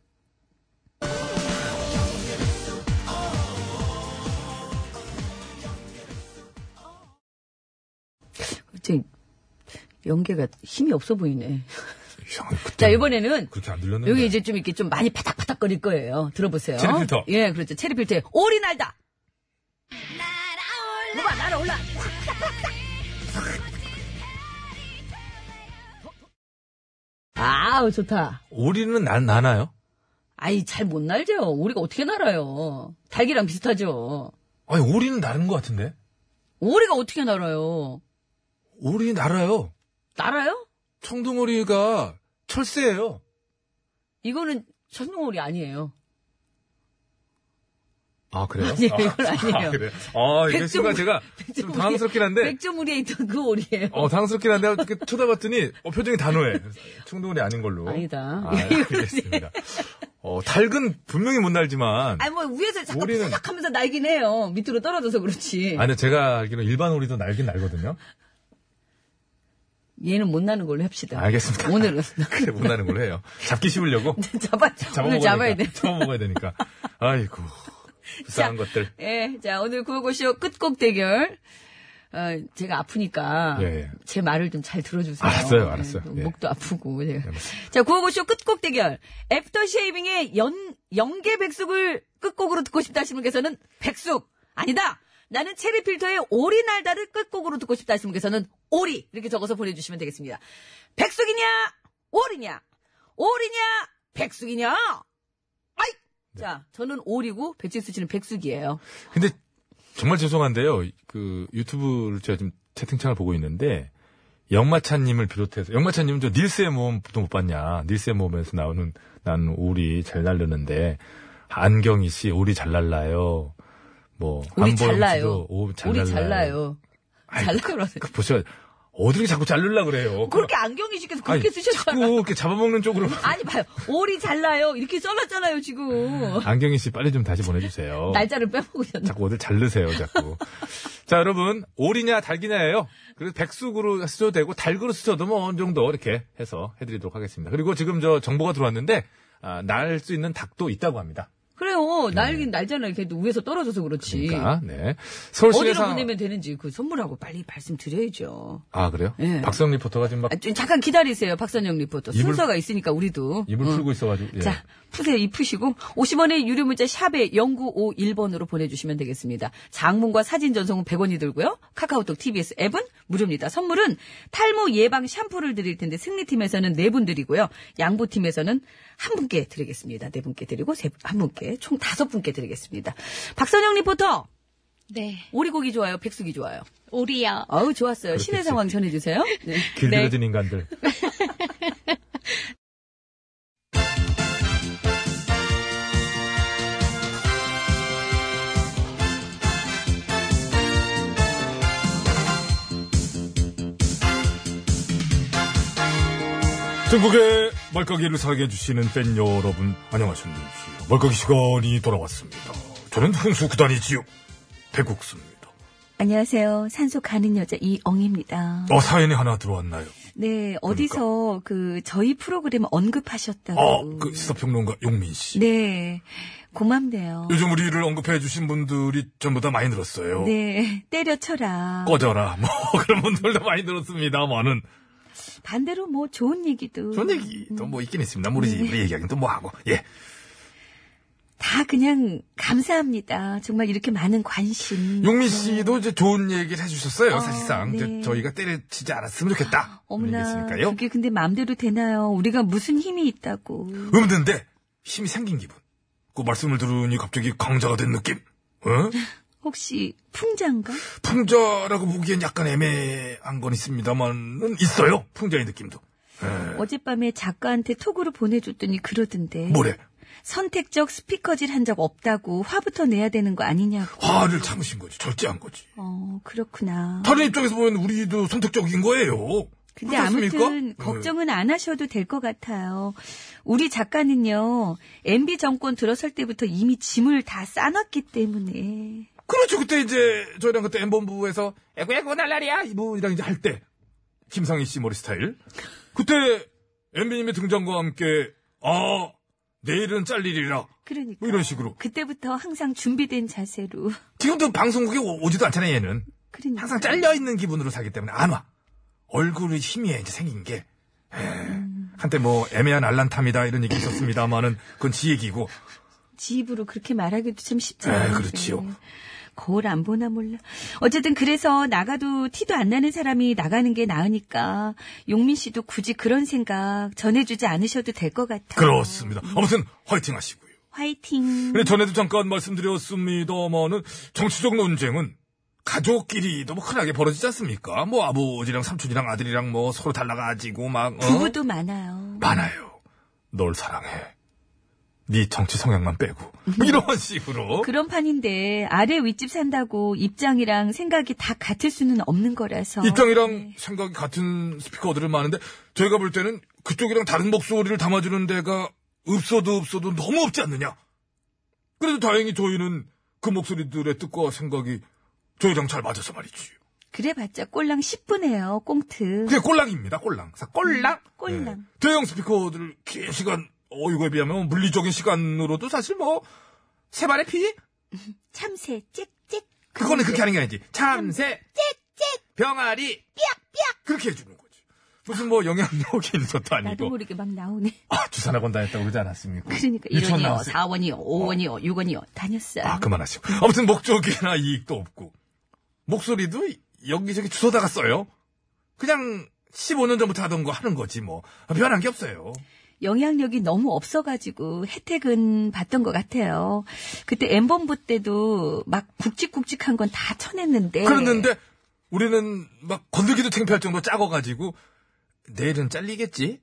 [SPEAKER 4] 지금 연계가 힘이 없어 보이네.
[SPEAKER 1] 이상하게 그때
[SPEAKER 4] 자, 이번에는
[SPEAKER 1] 그렇게 안 들렸는데.
[SPEAKER 4] 여기 이제 좀 이렇게 좀 많이 파닥파닥거릴 거예요. 들어보세요.
[SPEAKER 1] 네. 체리 필터.
[SPEAKER 4] 예, 그렇죠. 체리 필터의 오리 날다. 날아올라. 봐 날아올라. 아우 좋다.
[SPEAKER 1] 오리는 난 나나요?
[SPEAKER 4] 아이 잘 못 날죠. 오리가 어떻게 날아요? 닭이랑 비슷하죠.
[SPEAKER 1] 아니 오리는 나는 것 같은데.
[SPEAKER 4] 오리가 어떻게 날아요?
[SPEAKER 1] 오리 날아요.
[SPEAKER 4] 날아요?
[SPEAKER 1] 청둥오리가 철새예요.
[SPEAKER 4] 이거는 천둥오리 아니에요.
[SPEAKER 1] 아 그래요?
[SPEAKER 4] 아니에요, 예, 이건 아니에요.
[SPEAKER 1] 아, 그래. 아 이게
[SPEAKER 4] 백종오리-
[SPEAKER 1] 순간 제가 좀
[SPEAKER 4] 백종오리-
[SPEAKER 1] 당황스럽긴 한데.
[SPEAKER 4] 백조무리에 있던 그 오리예요.
[SPEAKER 1] 어 당황스럽긴 한데 이렇게 쳐다봤더니 어, 표정이 단호해. 청둥오리 아닌 걸로.
[SPEAKER 4] 아니다.
[SPEAKER 1] 아, 알겠습니다. 어 닭은 분명히 못 날지만.
[SPEAKER 4] 아니 뭐 위에서 잠깐
[SPEAKER 1] 오리는-
[SPEAKER 4] 푸삭하면서 날긴 해요. 밑으로 떨어져서 그렇지.
[SPEAKER 1] 아니 제가 알기로 일반 오리도 날긴 날거든요.
[SPEAKER 4] 얘는 못 나는 걸로 합시다.
[SPEAKER 1] 알겠습니다.
[SPEAKER 4] 오늘은
[SPEAKER 1] 그래 못 나는 걸로 해요. 잡기 쉬우려고.
[SPEAKER 4] 잡아 오늘 잡아야 돼.
[SPEAKER 1] 잡아먹어야 되니까. 아이고 불쌍한
[SPEAKER 4] 자.
[SPEAKER 1] 것들.
[SPEAKER 4] 예, 자 오늘 구호고쇼 끝곡 대결. 어, 제가 아프니까
[SPEAKER 1] 예, 예.
[SPEAKER 4] 제 말을 좀 잘 들어주세요.
[SPEAKER 1] 알았어요, 알았어요.
[SPEAKER 4] 또
[SPEAKER 1] 예.
[SPEAKER 4] 목도 아프고 제가. 자 구호고쇼 끝곡 대결. 애프터 쉐이빙의 연 연계 백숙을 끝곡으로 듣고 싶다 하시는 분께서는 백숙 아니다. 나는 체리 필터의 오리 날다를 끝곡으로 듣고 싶다 하시는 분께서는 오리 이렇게 적어서 보내주시면 되겠습니다. 백숙이냐 오리냐 오리냐 백숙이냐. 아이.
[SPEAKER 1] 네.
[SPEAKER 4] 자 저는 오리고 배치수 씨는 백숙이에요.
[SPEAKER 1] 근데 정말 죄송한데요. 그 유튜브를 제가 지금 채팅창을 보고 있는데 영마찬님을 비롯해서 영마찬님은 저 닐스의 모험도 못 봤냐? 닐스의 모험에서 나오는 난 오리 잘 날르는데 안경이 씨 오리 잘 날라요. 뭐
[SPEAKER 4] 오리
[SPEAKER 1] 안보영
[SPEAKER 4] 잘 나요.
[SPEAKER 1] 씨도 오, 잘
[SPEAKER 4] 오리
[SPEAKER 1] 날라요.
[SPEAKER 4] 잘 나요.
[SPEAKER 1] 아이,
[SPEAKER 4] 잘 나요라서.
[SPEAKER 1] 그 보셔 어디를 자꾸 잘르려 그래요.
[SPEAKER 4] 그렇게 안경이 씨께서
[SPEAKER 1] 어. 아니,
[SPEAKER 4] 그렇게 쓰셨잖아요.
[SPEAKER 1] 자꾸 이렇게 잡아먹는 쪽으로.
[SPEAKER 4] 아니 봐요. 오리 잘 나요. 이렇게 써놨잖아요 지금.
[SPEAKER 1] 안경희 씨 빨리 좀 다시 보내주세요.
[SPEAKER 4] 날짜를 빼먹으셨나.
[SPEAKER 1] 자꾸 어딜 자르세요, 자꾸. 자, 여러분. 오리냐, 달기냐예요. 그리고 백숙으로 쓰셔도 되고, 달그로 쓰셔도 뭐 어느 정도 이렇게 해서 해드리도록 하겠습니다. 그리고 지금 저 정보가 들어왔는데, 아, 날 수 있는 닭도 있다고 합니다.
[SPEAKER 4] 그래요. 날긴 날잖아요. 걔도 위에서 떨어져서 그렇지.
[SPEAKER 1] 네. 그러니까, 네. 서울시내
[SPEAKER 4] 예. 어디로
[SPEAKER 1] 상
[SPEAKER 4] 보내면 되는지 그 선물하고 빨리 말씀드려야죠.
[SPEAKER 1] 아, 그래요?
[SPEAKER 4] 예.
[SPEAKER 1] 박성 리포터가 지금 막
[SPEAKER 4] 아, 좀 잠깐 기다리세요. 박선영 리포터.
[SPEAKER 1] 입을-
[SPEAKER 4] 순서가 있으니까 우리도.
[SPEAKER 1] 입을
[SPEAKER 4] 응.
[SPEAKER 1] 풀고 있어가지고. 예.
[SPEAKER 4] 자, 푸세요. 이 푸시고 50원의 유료 문자 샵에 0951번으로 보내주시면 되겠습니다. 장문과 사진 전송은 100원이 들고요. 카카오톡 TBS 앱은 무료입니다. 선물은 탈모 예방 샴푸를 드릴 텐데 승리팀에서는 4분 드리고요. 양보팀에서는 한 분께 드리겠습니다. 네 분께 드리고 세 분- 한 분께 총 다섯 분께 드리겠습니다. 박선영 리포터
[SPEAKER 11] 네.
[SPEAKER 4] 오리고기 좋아요? 백숙이 좋아요?
[SPEAKER 11] 오리요.
[SPEAKER 4] 어우 좋았어요. 신의 상황 전해주세요. 네.
[SPEAKER 1] 길들여진 인간들. 전국의 말까기를 사랑해주시는 팬 여러분, 안녕하셨는지요. 말까기 시간이 돌아왔습니다. 저는 훈수 구단이지요. 백국수입니다.
[SPEAKER 4] 안녕하세요. 산소 가는 여자 이엉입니다.
[SPEAKER 1] 어, 사연이 하나 들어왔나요? 그러니까.
[SPEAKER 4] 네, 어디서 그 저희 프로그램 언급하셨다고.
[SPEAKER 1] 아, 그 시사평론가 용민씨.
[SPEAKER 4] 네, 고맙네요.
[SPEAKER 1] 요즘 우리를 언급해주신 분들이 전부 다 많이 늘었어요.
[SPEAKER 4] 네, 때려쳐라.
[SPEAKER 1] 꺼져라. 뭐, 그런 분들도 많이 늘었습니다만은. 뭐
[SPEAKER 4] 반대로 뭐 좋은 얘기도.
[SPEAKER 1] 좋은 얘기도 뭐 있긴 있습니다. 모르지.
[SPEAKER 4] 네.
[SPEAKER 1] 우리 얘기하긴 또 뭐 하고. 예.
[SPEAKER 4] 다 그냥 감사합니다. 정말 이렇게 많은 관심.
[SPEAKER 1] 용민 씨도 이제 좋은 얘기를 해주셨어요. 사실상 이제
[SPEAKER 4] 네.
[SPEAKER 1] 저희가 때려치지 않았으면 좋겠다.
[SPEAKER 4] 어머나,
[SPEAKER 1] 얘기했으니까요.
[SPEAKER 4] 그게 근데 마음대로 되나요? 우리가 무슨 힘이 있다고.
[SPEAKER 1] 없는데 힘이 생긴 기분. 그 말씀을 들으니 갑자기 강자가 된 느낌. 어?
[SPEAKER 4] 혹시 풍자인가?
[SPEAKER 1] 풍자라고 보기엔 약간 애매한 건 있습니다만은 있어요. 풍자의 느낌도. 네.
[SPEAKER 4] 어젯밤에 작가한테 톡으로 보내줬더니 그러던데.
[SPEAKER 1] 뭐래?
[SPEAKER 4] 선택적 스피커질 한 적 없다고 화부터 내야 되는 거 아니냐고.
[SPEAKER 1] 화를 참으신 거지. 절제한 거지.
[SPEAKER 4] 어, 그렇구나.
[SPEAKER 1] 다른 입장에서 보면 우리도 선택적인 거예요.
[SPEAKER 4] 근데
[SPEAKER 1] 그렇지 않습니까? 네.
[SPEAKER 4] 아무튼 걱정은 안 하셔도 될 것 같아요. 우리 작가는요, MB 정권 들어설 때부터 이미 짐을 다 싸놨기 때문에.
[SPEAKER 1] 네. 그렇죠. 그때 이제 저희랑 그때 엠본부에서 에구에구 날라리야 이분이랑 이제 할 때 김상희 씨 머리 스타일. 그때 엠비님의 등장과 함께 아 내일은 잘리리라
[SPEAKER 4] 그러니까.
[SPEAKER 1] 뭐 이런 식으로.
[SPEAKER 4] 그때부터 항상 준비된 자세로.
[SPEAKER 1] 지금도 방송국에 오- 오지도 않잖아요, 얘는.
[SPEAKER 4] 그러니까.
[SPEAKER 1] 항상 잘려있는 기분으로 살기 때문에 안 와. 얼굴의 힘이 이제 생긴 게. 에, 한때 뭐 애매한 알란탐이다 이런 얘기 있었습니다만은 그건 지 얘기고.
[SPEAKER 4] 지 입으로 그렇게 말하기도 참 쉽지
[SPEAKER 1] 에이,
[SPEAKER 4] 않은데.
[SPEAKER 1] 아, 그렇지요.
[SPEAKER 4] 거울 안 보나 몰라. 어쨌든 그래서 나가도 티도 안 나는 사람이 나가는 게 나으니까 용민 씨도 굳이 그런 생각 전해주지 않으셔도 될 것 같아요.
[SPEAKER 1] 그렇습니다. 어? 아무튼 화이팅 하시고요.
[SPEAKER 4] 화이팅.
[SPEAKER 1] 근데 전에도 잠깐 말씀드렸습니다만은 정치적 논쟁은 가족끼리도 뭐 흔하게 벌어지지 않습니까? 뭐 아버지랑 삼촌이랑 아들이랑 뭐 서로 달라가지고 막. 어?
[SPEAKER 4] 부부도 많아요.
[SPEAKER 1] 많아요. 널 사랑해. 네 정치 성향만 빼고. 뭐 이런 식으로.
[SPEAKER 4] 그런 판인데 아래 윗집 산다고 입장이랑 생각이 다 같을 수는 없는 거라서.
[SPEAKER 1] 입장이랑
[SPEAKER 4] 네.
[SPEAKER 1] 생각이 같은 스피커들은 많은데 저희가 볼 때는 그쪽이랑 다른 목소리를 담아주는 데가 없어도 없어도 너무 없지 않느냐. 그래도 다행히 저희는 그 목소리들의 뜻과 생각이 저희랑 잘 맞아서 말이지.
[SPEAKER 4] 그래봤자 꼴랑 10분해요. 꽁트.
[SPEAKER 1] 그게 꼴랑입니다. 꼴랑. 사- 꼴랑.
[SPEAKER 4] 음, 꼴랑.
[SPEAKER 1] 네. 대형 스피커들 긴 시간 어 이거에 비하면 물리적인 시간으로도 사실 뭐 세 발의 피
[SPEAKER 4] 참새 찍찍.
[SPEAKER 1] 그거는 그렇게 하는 게 아니지. 참새, 병아리, 그렇게 해주는 거지. 무슨 뭐 영향력이 있는 것도
[SPEAKER 4] 나도
[SPEAKER 1] 아니고.
[SPEAKER 4] 모르게 막 나오네.
[SPEAKER 1] 아, 주산학원 다녔다고 그러지 않았습니까?
[SPEAKER 4] 그러니까
[SPEAKER 1] 유치원
[SPEAKER 4] 1원이요,
[SPEAKER 1] 나왔어요.
[SPEAKER 12] 4원이요, 5원이요, 6원이요.
[SPEAKER 4] 다녔어요.
[SPEAKER 1] 아, 그만하시고. 아무튼 목적이나 이익도 없고. 목소리도 여기저기 주워다가 써요. 그냥 15년 전부터 하던 거 하는 거지 뭐. 변한 게 없어요.
[SPEAKER 4] 영향력이 너무 없어가지고 혜택은 받던 것 같아요. 그때 엠본부 때도 막 굵직굵직한 건 다 쳐냈는데.
[SPEAKER 1] 그랬는데 우리는 막 건들기도 창피할 정도 작아가지고 내일은 잘리겠지?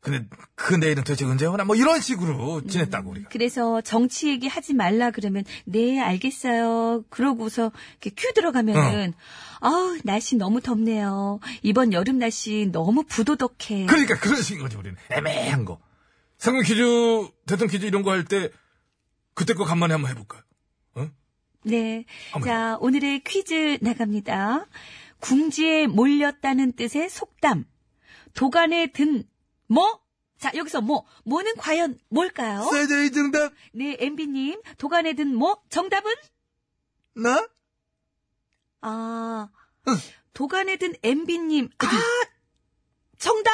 [SPEAKER 1] 근데 그 내일은 도대체 언제 오나? 뭐 이런 식으로 지냈다고 우리가.
[SPEAKER 4] 그래서 정치 얘기 하지 말라 그러면 네 알겠어요. 그러고서 이렇게 큐 들어가면은 아우 날씨 너무 덥네요. 이번 여름 날씨 너무 부도덕해.
[SPEAKER 1] 그러니까 그런 식인 거지 우리는 애매한 거. 상금 퀴즈, 대통령 퀴즈 이런 거 할 때 그때 거 간만에 한번 해볼까요?
[SPEAKER 4] 네.
[SPEAKER 1] 어머나.
[SPEAKER 4] 자, 오늘의 퀴즈 나갑니다. 궁지에 몰렸다는 뜻의 속담. 도간에 든 뭐? 자, 여기서 뭐? 뭐는 과연 뭘까요?
[SPEAKER 1] 세대의 정답
[SPEAKER 4] 네, MB님. 도간에 든 뭐? 정답은?
[SPEAKER 1] 나?
[SPEAKER 4] 아, 도간에 든 MB님. 아, 정답!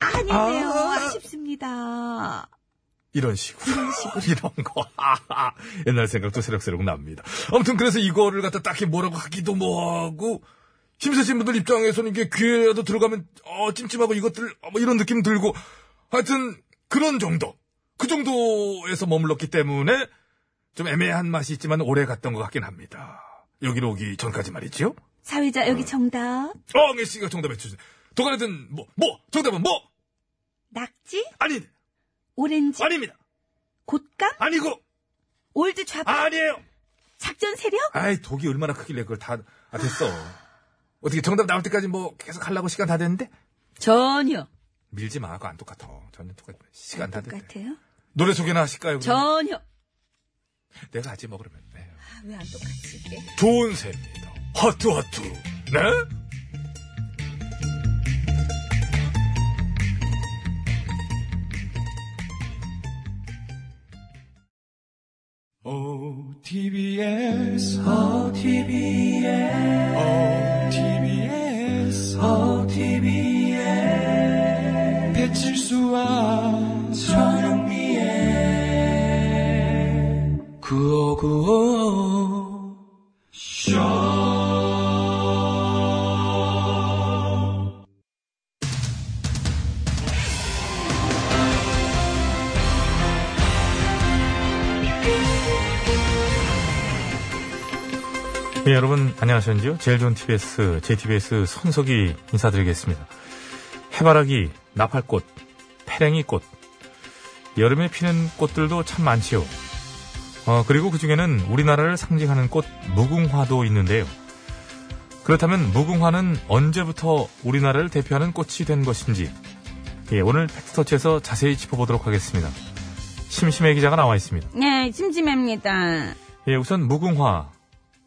[SPEAKER 4] 아니네요.
[SPEAKER 1] 아.
[SPEAKER 4] 아... 쉽습니다
[SPEAKER 1] 이런 식으로. 이런 거. 아하. 옛날 생각도 새록새록 납니다. 아무튼 그래서 이거를 갖다 딱히 뭐라고 하기도 뭐하고, 힘쓰신 분들 입장에서는 이게 귀에라도 들어가면, 어, 찜찜하고 이것들, 어, 뭐 이런 느낌 들고, 하여튼, 그런 정도. 그 정도에서 머물렀기 때문에, 좀 애매한 맛이 있지만 오래 갔던 것 같긴 합니다. 여기로 오기 전까지 말이지요.
[SPEAKER 4] 사회자, 여기 정답.
[SPEAKER 1] 어, 엉애 씨가 정답해 주세요. 도가니든 뭐, 뭐, 정답은 뭐?
[SPEAKER 4] 낙지,
[SPEAKER 1] 아니,
[SPEAKER 4] 오렌지,
[SPEAKER 1] 아닙니다.
[SPEAKER 4] 곶감,
[SPEAKER 1] 아니고,
[SPEAKER 4] 올드 좌파,
[SPEAKER 1] 아니에요.
[SPEAKER 4] 작전 세력?
[SPEAKER 1] 아이, 독이 얼마나 크길래 그걸 다, 아, 됐어. 어떻게 정답 나올 때까지 뭐 계속 하려고 시간 다 됐는데?
[SPEAKER 4] 음.
[SPEAKER 12] 전혀.
[SPEAKER 3] 밀지 마. 그거 안 똑같아. 전혀 똑같아. 시간 다 됐대.
[SPEAKER 11] 똑같아요?
[SPEAKER 3] 노래 소개나 하실까요? 그럼?
[SPEAKER 4] 전혀.
[SPEAKER 3] 내가 하지 뭐 그러면. 네.
[SPEAKER 11] 왜 안 똑같지? 이게?
[SPEAKER 3] 좋은 새입니다. 하트 하트. 네?
[SPEAKER 8] OTBS, OTBS, OTBS, OTBS. 배칠수와 저녁미의 구호구호.
[SPEAKER 1] 예, 여러분 안녕하셨는지요? 제일 좋은 TBS, JTBS 손석희 인사드리겠습니다. 해바라기, 나팔꽃, 페랭이꽃, 여름에 피는 꽃들도 참 많지요. 어, 그리고 그 중에는 우리나라를 상징하는 꽃 무궁화도 있는데요. 그렇다면 무궁화는 언제부터 우리나라를 대표하는 꽃이 된 것인지 예, 오늘 팩스터치에서 자세히 짚어보도록 하겠습니다. 심심해 기자가 나와 있습니다.
[SPEAKER 4] 네, 심심합니다.
[SPEAKER 1] 예, 우선 무궁화.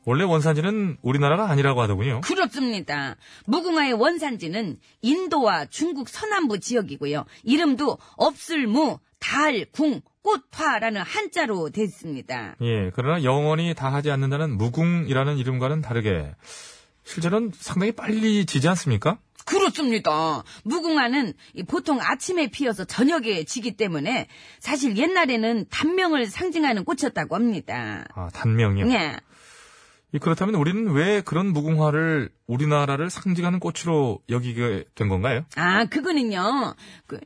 [SPEAKER 1] 원래 원산지는 우리나라가 아니라고 하더군요.
[SPEAKER 4] 그렇습니다. 무궁화의 원산지는 인도와 중국 서남부 지역이고요. 이름도 업술무, 달, 궁, 꽃화라는 한자로 됐습니다.
[SPEAKER 1] 예, 그러나 영원히 다 하지 않는다는 무궁이라는 이름과는 다르게 실제로는 상당히 빨리 지지 않습니까?
[SPEAKER 4] 그렇습니다. 무궁화는 이 보통 아침에 피어서 저녁에 지기 때문에 사실 옛날에는 단명을 상징하는 꽃이었다고 합니다.
[SPEAKER 1] 아, 단명이요.
[SPEAKER 4] 네.
[SPEAKER 1] 이 그렇다면 우리는 왜 그런 무궁화를 우리나라를 상징하는 꽃으로 여기게 된 건가요?
[SPEAKER 4] 아, 그거는요. 그,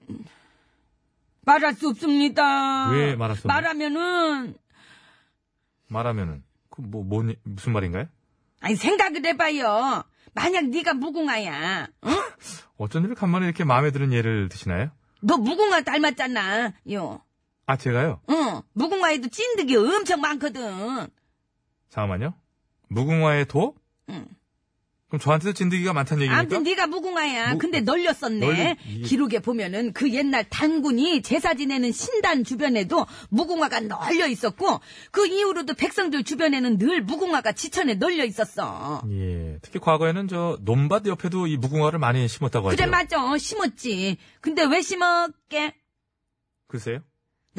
[SPEAKER 4] 말할 수 없습니다.
[SPEAKER 1] 왜 아, 말할 수 없나요?
[SPEAKER 4] 말하면은,
[SPEAKER 1] 말하면은 그뭐 뭐니- 무슨 말인가요?
[SPEAKER 4] 아니, 생각을 해봐요. 만약 네가 무궁화야. 응?
[SPEAKER 1] 어쩐 일 간만에 이렇게 마음에 드는 예를 드시나요?
[SPEAKER 4] 너 무궁화 닮았잖아. 요.
[SPEAKER 1] 아, 제가요?
[SPEAKER 4] 응. 무궁화에도 찐득이 엄청 많거든.
[SPEAKER 1] 잠깐만요. 무궁화의 도?
[SPEAKER 4] 응.
[SPEAKER 1] 그럼 저한테도 음. 진드기가 많다는 얘기입니까?
[SPEAKER 4] 아무튼 네가 무궁화야. 예.
[SPEAKER 1] 무-
[SPEAKER 4] 근데 널렸었네.
[SPEAKER 1] 널리- 이게-
[SPEAKER 4] 기록에 보면은 그 옛날 단군이 제사 지내는 신단 주변에도 무궁화가 널려 있었고 그 이후로도 백성들 주변에는 늘 무궁화가 지천에 널려 있었어.
[SPEAKER 1] 예, 특히 과거에는 저 논밭 옆에도 이 무궁화를 많이 심었다고 하죠.
[SPEAKER 4] 그래 맞아. 심었지. 근데 왜 심었게?
[SPEAKER 1] 글쎄요.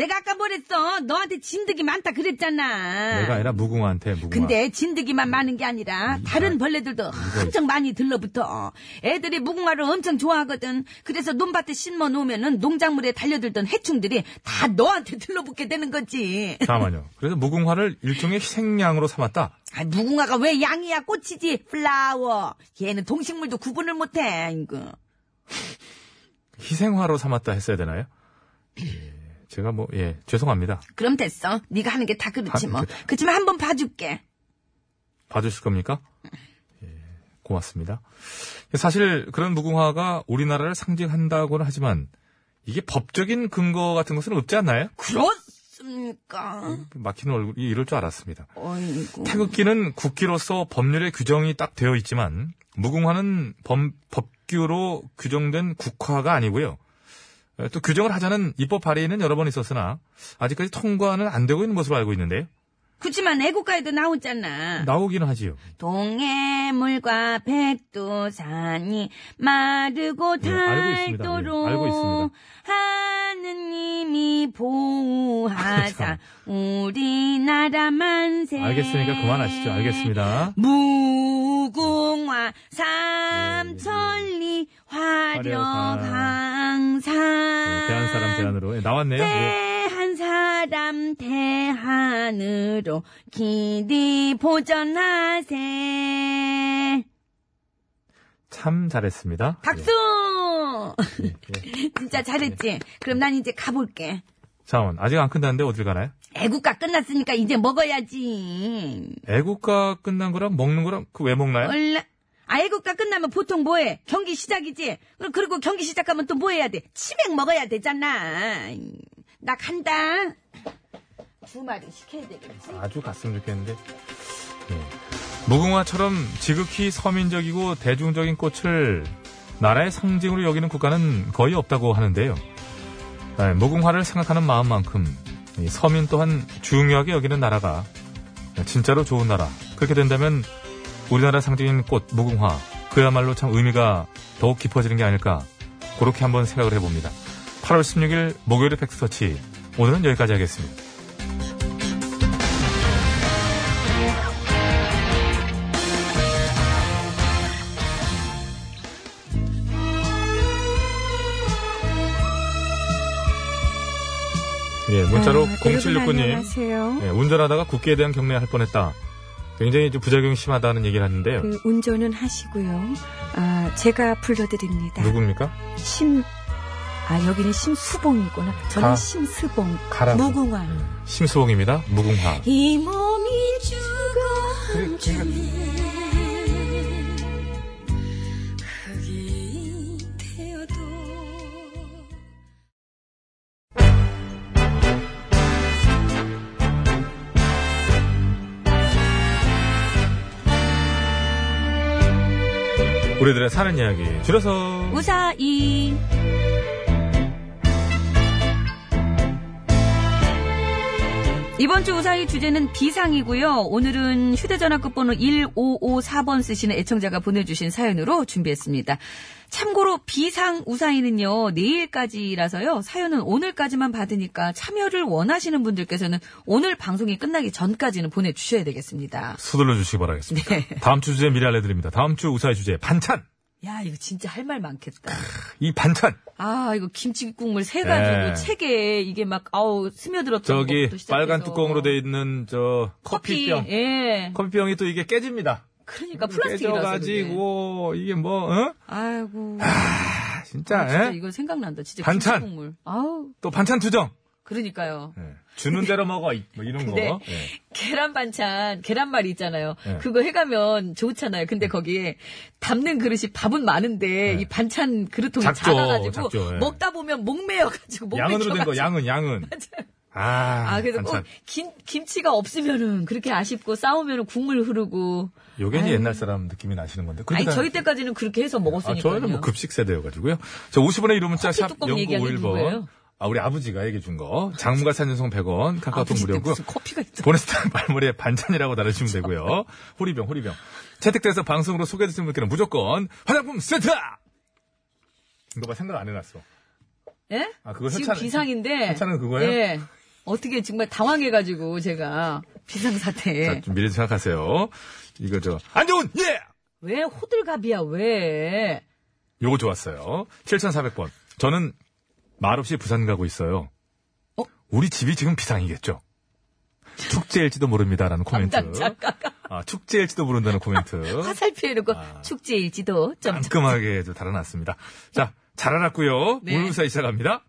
[SPEAKER 4] 내가 아까 뭐랬어? 너한테 진득이 많다 그랬잖아.
[SPEAKER 1] 내가 아니라 무궁화한테 무궁화.
[SPEAKER 4] 네. 근데 진드기만 많은 게 아니라 다른 벌레들도 엄청 음. 많이 들러붙어. 애들이 무궁화를 엄청 좋아하거든. 그래서 논밭에 심어 놓으면은 농작물에 달려들던 해충들이 다 너한테 들러붙게 되는 거지.
[SPEAKER 1] 잠깐만요. 그래서 무궁화를 일종의 희생양으로 삼았다.
[SPEAKER 4] 아, 무궁화가 왜 양이야 꽃이지 플라워. 얘는 동식물도 구분을 못해. 이거.
[SPEAKER 1] 희생화로 삼았다 했어야 되나요? 예, 제가 뭐, 예, 죄송합니다.
[SPEAKER 4] 그럼 됐어. 네가 하는 게 다 그렇지
[SPEAKER 1] 아,
[SPEAKER 4] 뭐.
[SPEAKER 1] 됐다.
[SPEAKER 4] 그렇지만 한번 봐줄게.
[SPEAKER 1] 봐주실 겁니까? 예, 고맙습니다. 사실 그런 무궁화가 우리나라를 상징한다고는 하지만 이게 법적인 근거 같은 것은 없지 않나요?
[SPEAKER 4] 그렇습니까?
[SPEAKER 1] 막히는 얼굴이 이럴 줄 알았습니다.
[SPEAKER 4] 어이구.
[SPEAKER 1] 태극기는 국기로서 법률의 규정이 딱 되어 있지만 무궁화는 범- 법규로 규정된 국화가 아니고요. 에, 또 규정을 하자는 입법 발의는 여러 번 있었으나 아직까지 통과는 안 되고 있는 것으로 알고 있는데요.
[SPEAKER 4] 그렇지만 애국가에도 나오잖아.
[SPEAKER 1] 나오기는 하지요.
[SPEAKER 4] 동해물과 백두산이 마르고
[SPEAKER 1] 예, 알고 있습니다. 예,
[SPEAKER 4] 닳도록
[SPEAKER 1] 알고 있습니다.
[SPEAKER 4] 하느님이 보호하사 우리나라 만세
[SPEAKER 1] 아, 알겠으니까 그만하시죠. 알겠습니다.
[SPEAKER 4] 무궁화 삼천리
[SPEAKER 1] 예,
[SPEAKER 4] 화려강산
[SPEAKER 1] 대한 사람 대안으로 예, 나왔네요. 예.
[SPEAKER 4] 대한 사람 대한으로 길이 보전하세.
[SPEAKER 1] 참 잘했습니다.
[SPEAKER 4] 박수!
[SPEAKER 1] 예, 예, 예.
[SPEAKER 4] 진짜 잘했지? 그럼 난 이제 가볼게.
[SPEAKER 1] 잠깐만 아직 안 끝났는데 어딜 가나요?
[SPEAKER 4] 애국가 끝났으니까 이제 먹어야지.
[SPEAKER 1] 애국가 끝난 거랑 먹는 거랑 그 왜 먹나요?
[SPEAKER 4] 얼라. 아, 애국가 끝나면 보통 뭐해? 경기 시작이지? 그리- 그리고 경기 시작하면 또 뭐 해야 돼? 치맥 먹어야 되잖아. 나 간다. 두 마리 시켜야 되겠지?
[SPEAKER 1] 아주 갔으면 좋겠는데. 예. 무궁화처럼 지극히 서민적이고 대중적인 꽃을 나라의 상징으로 여기는 국가는 거의 없다고 하는데요. 아, 무궁화를 생각하는 마음만큼 이 서민 또한 중요하게 여기는 나라가 진짜로 좋은 나라 그렇게 된다면 우리나라 상징인 꽃 무궁화 그야말로 참 의미가 더욱 깊어지는 게 아닐까 그렇게 한번 생각을 해봅니다. 8월 16일 목요일의 팩스터치 오늘은 여기까지 하겠습니다. 예, 문자로
[SPEAKER 11] 아, 대부분
[SPEAKER 1] 0769님
[SPEAKER 11] 안녕하세요.
[SPEAKER 1] 예, 운전하다가 국기에 대한 경례 할 뻔했다. 굉장히 좀 부작용이 심하다는 얘기를 하는데요.
[SPEAKER 4] 네.
[SPEAKER 11] 그 운전은 하시고요. 아, 제가 불러드립니다.
[SPEAKER 1] 누굽니까?
[SPEAKER 11] 심, 아, 여기는 심수봉이구나. 저는
[SPEAKER 1] 가.
[SPEAKER 11] 심수봉.
[SPEAKER 1] 가라고.
[SPEAKER 11] 무궁화.
[SPEAKER 1] 심수봉입니다. 무궁화.
[SPEAKER 11] 이 몸이 죽어
[SPEAKER 1] 우리들의 사는 이야기 줄여서
[SPEAKER 11] 우사이. 이번 주 우사의 주제는 비상이고요. 오늘은 휴대전화 끝번호 1554번 쓰시는 애청자가 보내주신 사연으로 준비했습니다. 참고로 비상 우사이는요, 내일까지라서요, 사연은 오늘까지만 받으니까 참여를 원하시는 분들께서는 오늘 방송이 끝나기 전까지는 보내주셔야 되겠습니다.
[SPEAKER 1] 서둘러 주시기 바라겠습니다.
[SPEAKER 4] 네.
[SPEAKER 1] 다음 주 주제 미리 알려드립니다. 다음 주 우사의 주제 반찬.
[SPEAKER 4] 야, 이거 진짜 할 말 많겠다.
[SPEAKER 1] 이 반찬.
[SPEAKER 4] 아, 이거 김치 국물 세 가지고
[SPEAKER 1] 네.
[SPEAKER 4] 책에 이게 막 아우 스며들었던
[SPEAKER 1] 저기
[SPEAKER 4] 것부터 시작해서.
[SPEAKER 1] 빨간 뚜껑으로 돼 있는 저
[SPEAKER 4] 커피.
[SPEAKER 1] 커피병.
[SPEAKER 4] 예.
[SPEAKER 1] 커피병이 또 이게 깨집니다.
[SPEAKER 4] 그러니까 플라스틱이라서.
[SPEAKER 1] 깨져가지고 이게 뭐 어?
[SPEAKER 4] 그래. 아이고.
[SPEAKER 1] 아, 진짜,
[SPEAKER 4] 아, 진짜
[SPEAKER 1] 예?
[SPEAKER 4] 이거 생각난다. 진짜
[SPEAKER 1] 반찬.
[SPEAKER 4] 김치 국물. 아우,
[SPEAKER 1] 또 반찬 투정.
[SPEAKER 4] 그러니까요.
[SPEAKER 1] 예. 주는 대로 먹어 이- 뭐 이런 거.
[SPEAKER 4] 근데
[SPEAKER 1] 예.
[SPEAKER 4] 계란 반찬, 계란말이 있잖아요.
[SPEAKER 1] 네.
[SPEAKER 4] 그거 해가면 좋잖아요.
[SPEAKER 1] 예.
[SPEAKER 4] 근데 거기에 담는 그릇이 밥은 많은데
[SPEAKER 1] 네.
[SPEAKER 4] 이 반찬 그릇통이
[SPEAKER 1] 작죠,
[SPEAKER 4] 작아가지고
[SPEAKER 1] 작죠, 예.
[SPEAKER 4] 먹다 보면 목매여가지고 목매
[SPEAKER 1] 양은으로 된 거.
[SPEAKER 4] 져가지고.
[SPEAKER 1] 양은 양은. 아,
[SPEAKER 4] 아, 그래서
[SPEAKER 1] 반찬.
[SPEAKER 4] 꼭 김, 김치가 없으면은 그렇게 아쉽고 싸우면은 국물 흐르고.
[SPEAKER 1] 요게 이제 옛날 사람 느낌이 나시는 건데.
[SPEAKER 4] 아니
[SPEAKER 1] 그렇게
[SPEAKER 4] 저희
[SPEAKER 1] 다-
[SPEAKER 4] 때까지는 그렇게 해서
[SPEAKER 1] 그러니까 아,
[SPEAKER 4] 먹었으니까.
[SPEAKER 1] 저희는 뭐 급식 세대여가지고요. 저 50원의 이름 문자
[SPEAKER 4] 커피
[SPEAKER 1] 샵
[SPEAKER 4] 뚜껑 얘기하는
[SPEAKER 1] 0951번.
[SPEAKER 4] 누구예요?
[SPEAKER 1] 아, 우리 아버지가 얘기해 준 거. 장문가 산전송 100원, 카카오톡 무료고요.
[SPEAKER 4] 무슨 커피가 있다.
[SPEAKER 1] 보냈을 때 말머리에 반찬이라고 달아주시면 되고요. 호리병, 호리병. 채택돼서 방송으로 소개해주신 분께는 무조건 화장품 세트! 이거 봐, 생각 안 해놨어.
[SPEAKER 4] 예?
[SPEAKER 1] 아, 그거
[SPEAKER 4] 지금
[SPEAKER 1] 협찬-
[SPEAKER 4] 비상인데.
[SPEAKER 1] 협찬은 그거예요?
[SPEAKER 4] 예. 어떻게 정말 당황해가지고 제가 비상
[SPEAKER 1] 자,
[SPEAKER 4] 사태.
[SPEAKER 1] 좀 미리 생각하세요. 이거 저, 안 좋은! 예!
[SPEAKER 4] 왜 호들갑이야 왜?
[SPEAKER 1] 요거 좋았어요. 7400번. 저는 말없이 부산 가고 있어요.
[SPEAKER 4] 어?
[SPEAKER 1] 우리 집이 지금 비상이겠죠? 축제일지도 모릅니다라는 코멘트.
[SPEAKER 4] 담당 작가가
[SPEAKER 1] 아, 축제일지도 모른다는 코멘트.
[SPEAKER 4] 화살표 해놓고
[SPEAKER 1] 아.
[SPEAKER 4] 축제일지도 좀
[SPEAKER 1] 깔끔하게 좀 달아놨습니다. 자, 잘 알았고요.
[SPEAKER 4] 네.
[SPEAKER 1] 물루사 시작합니다.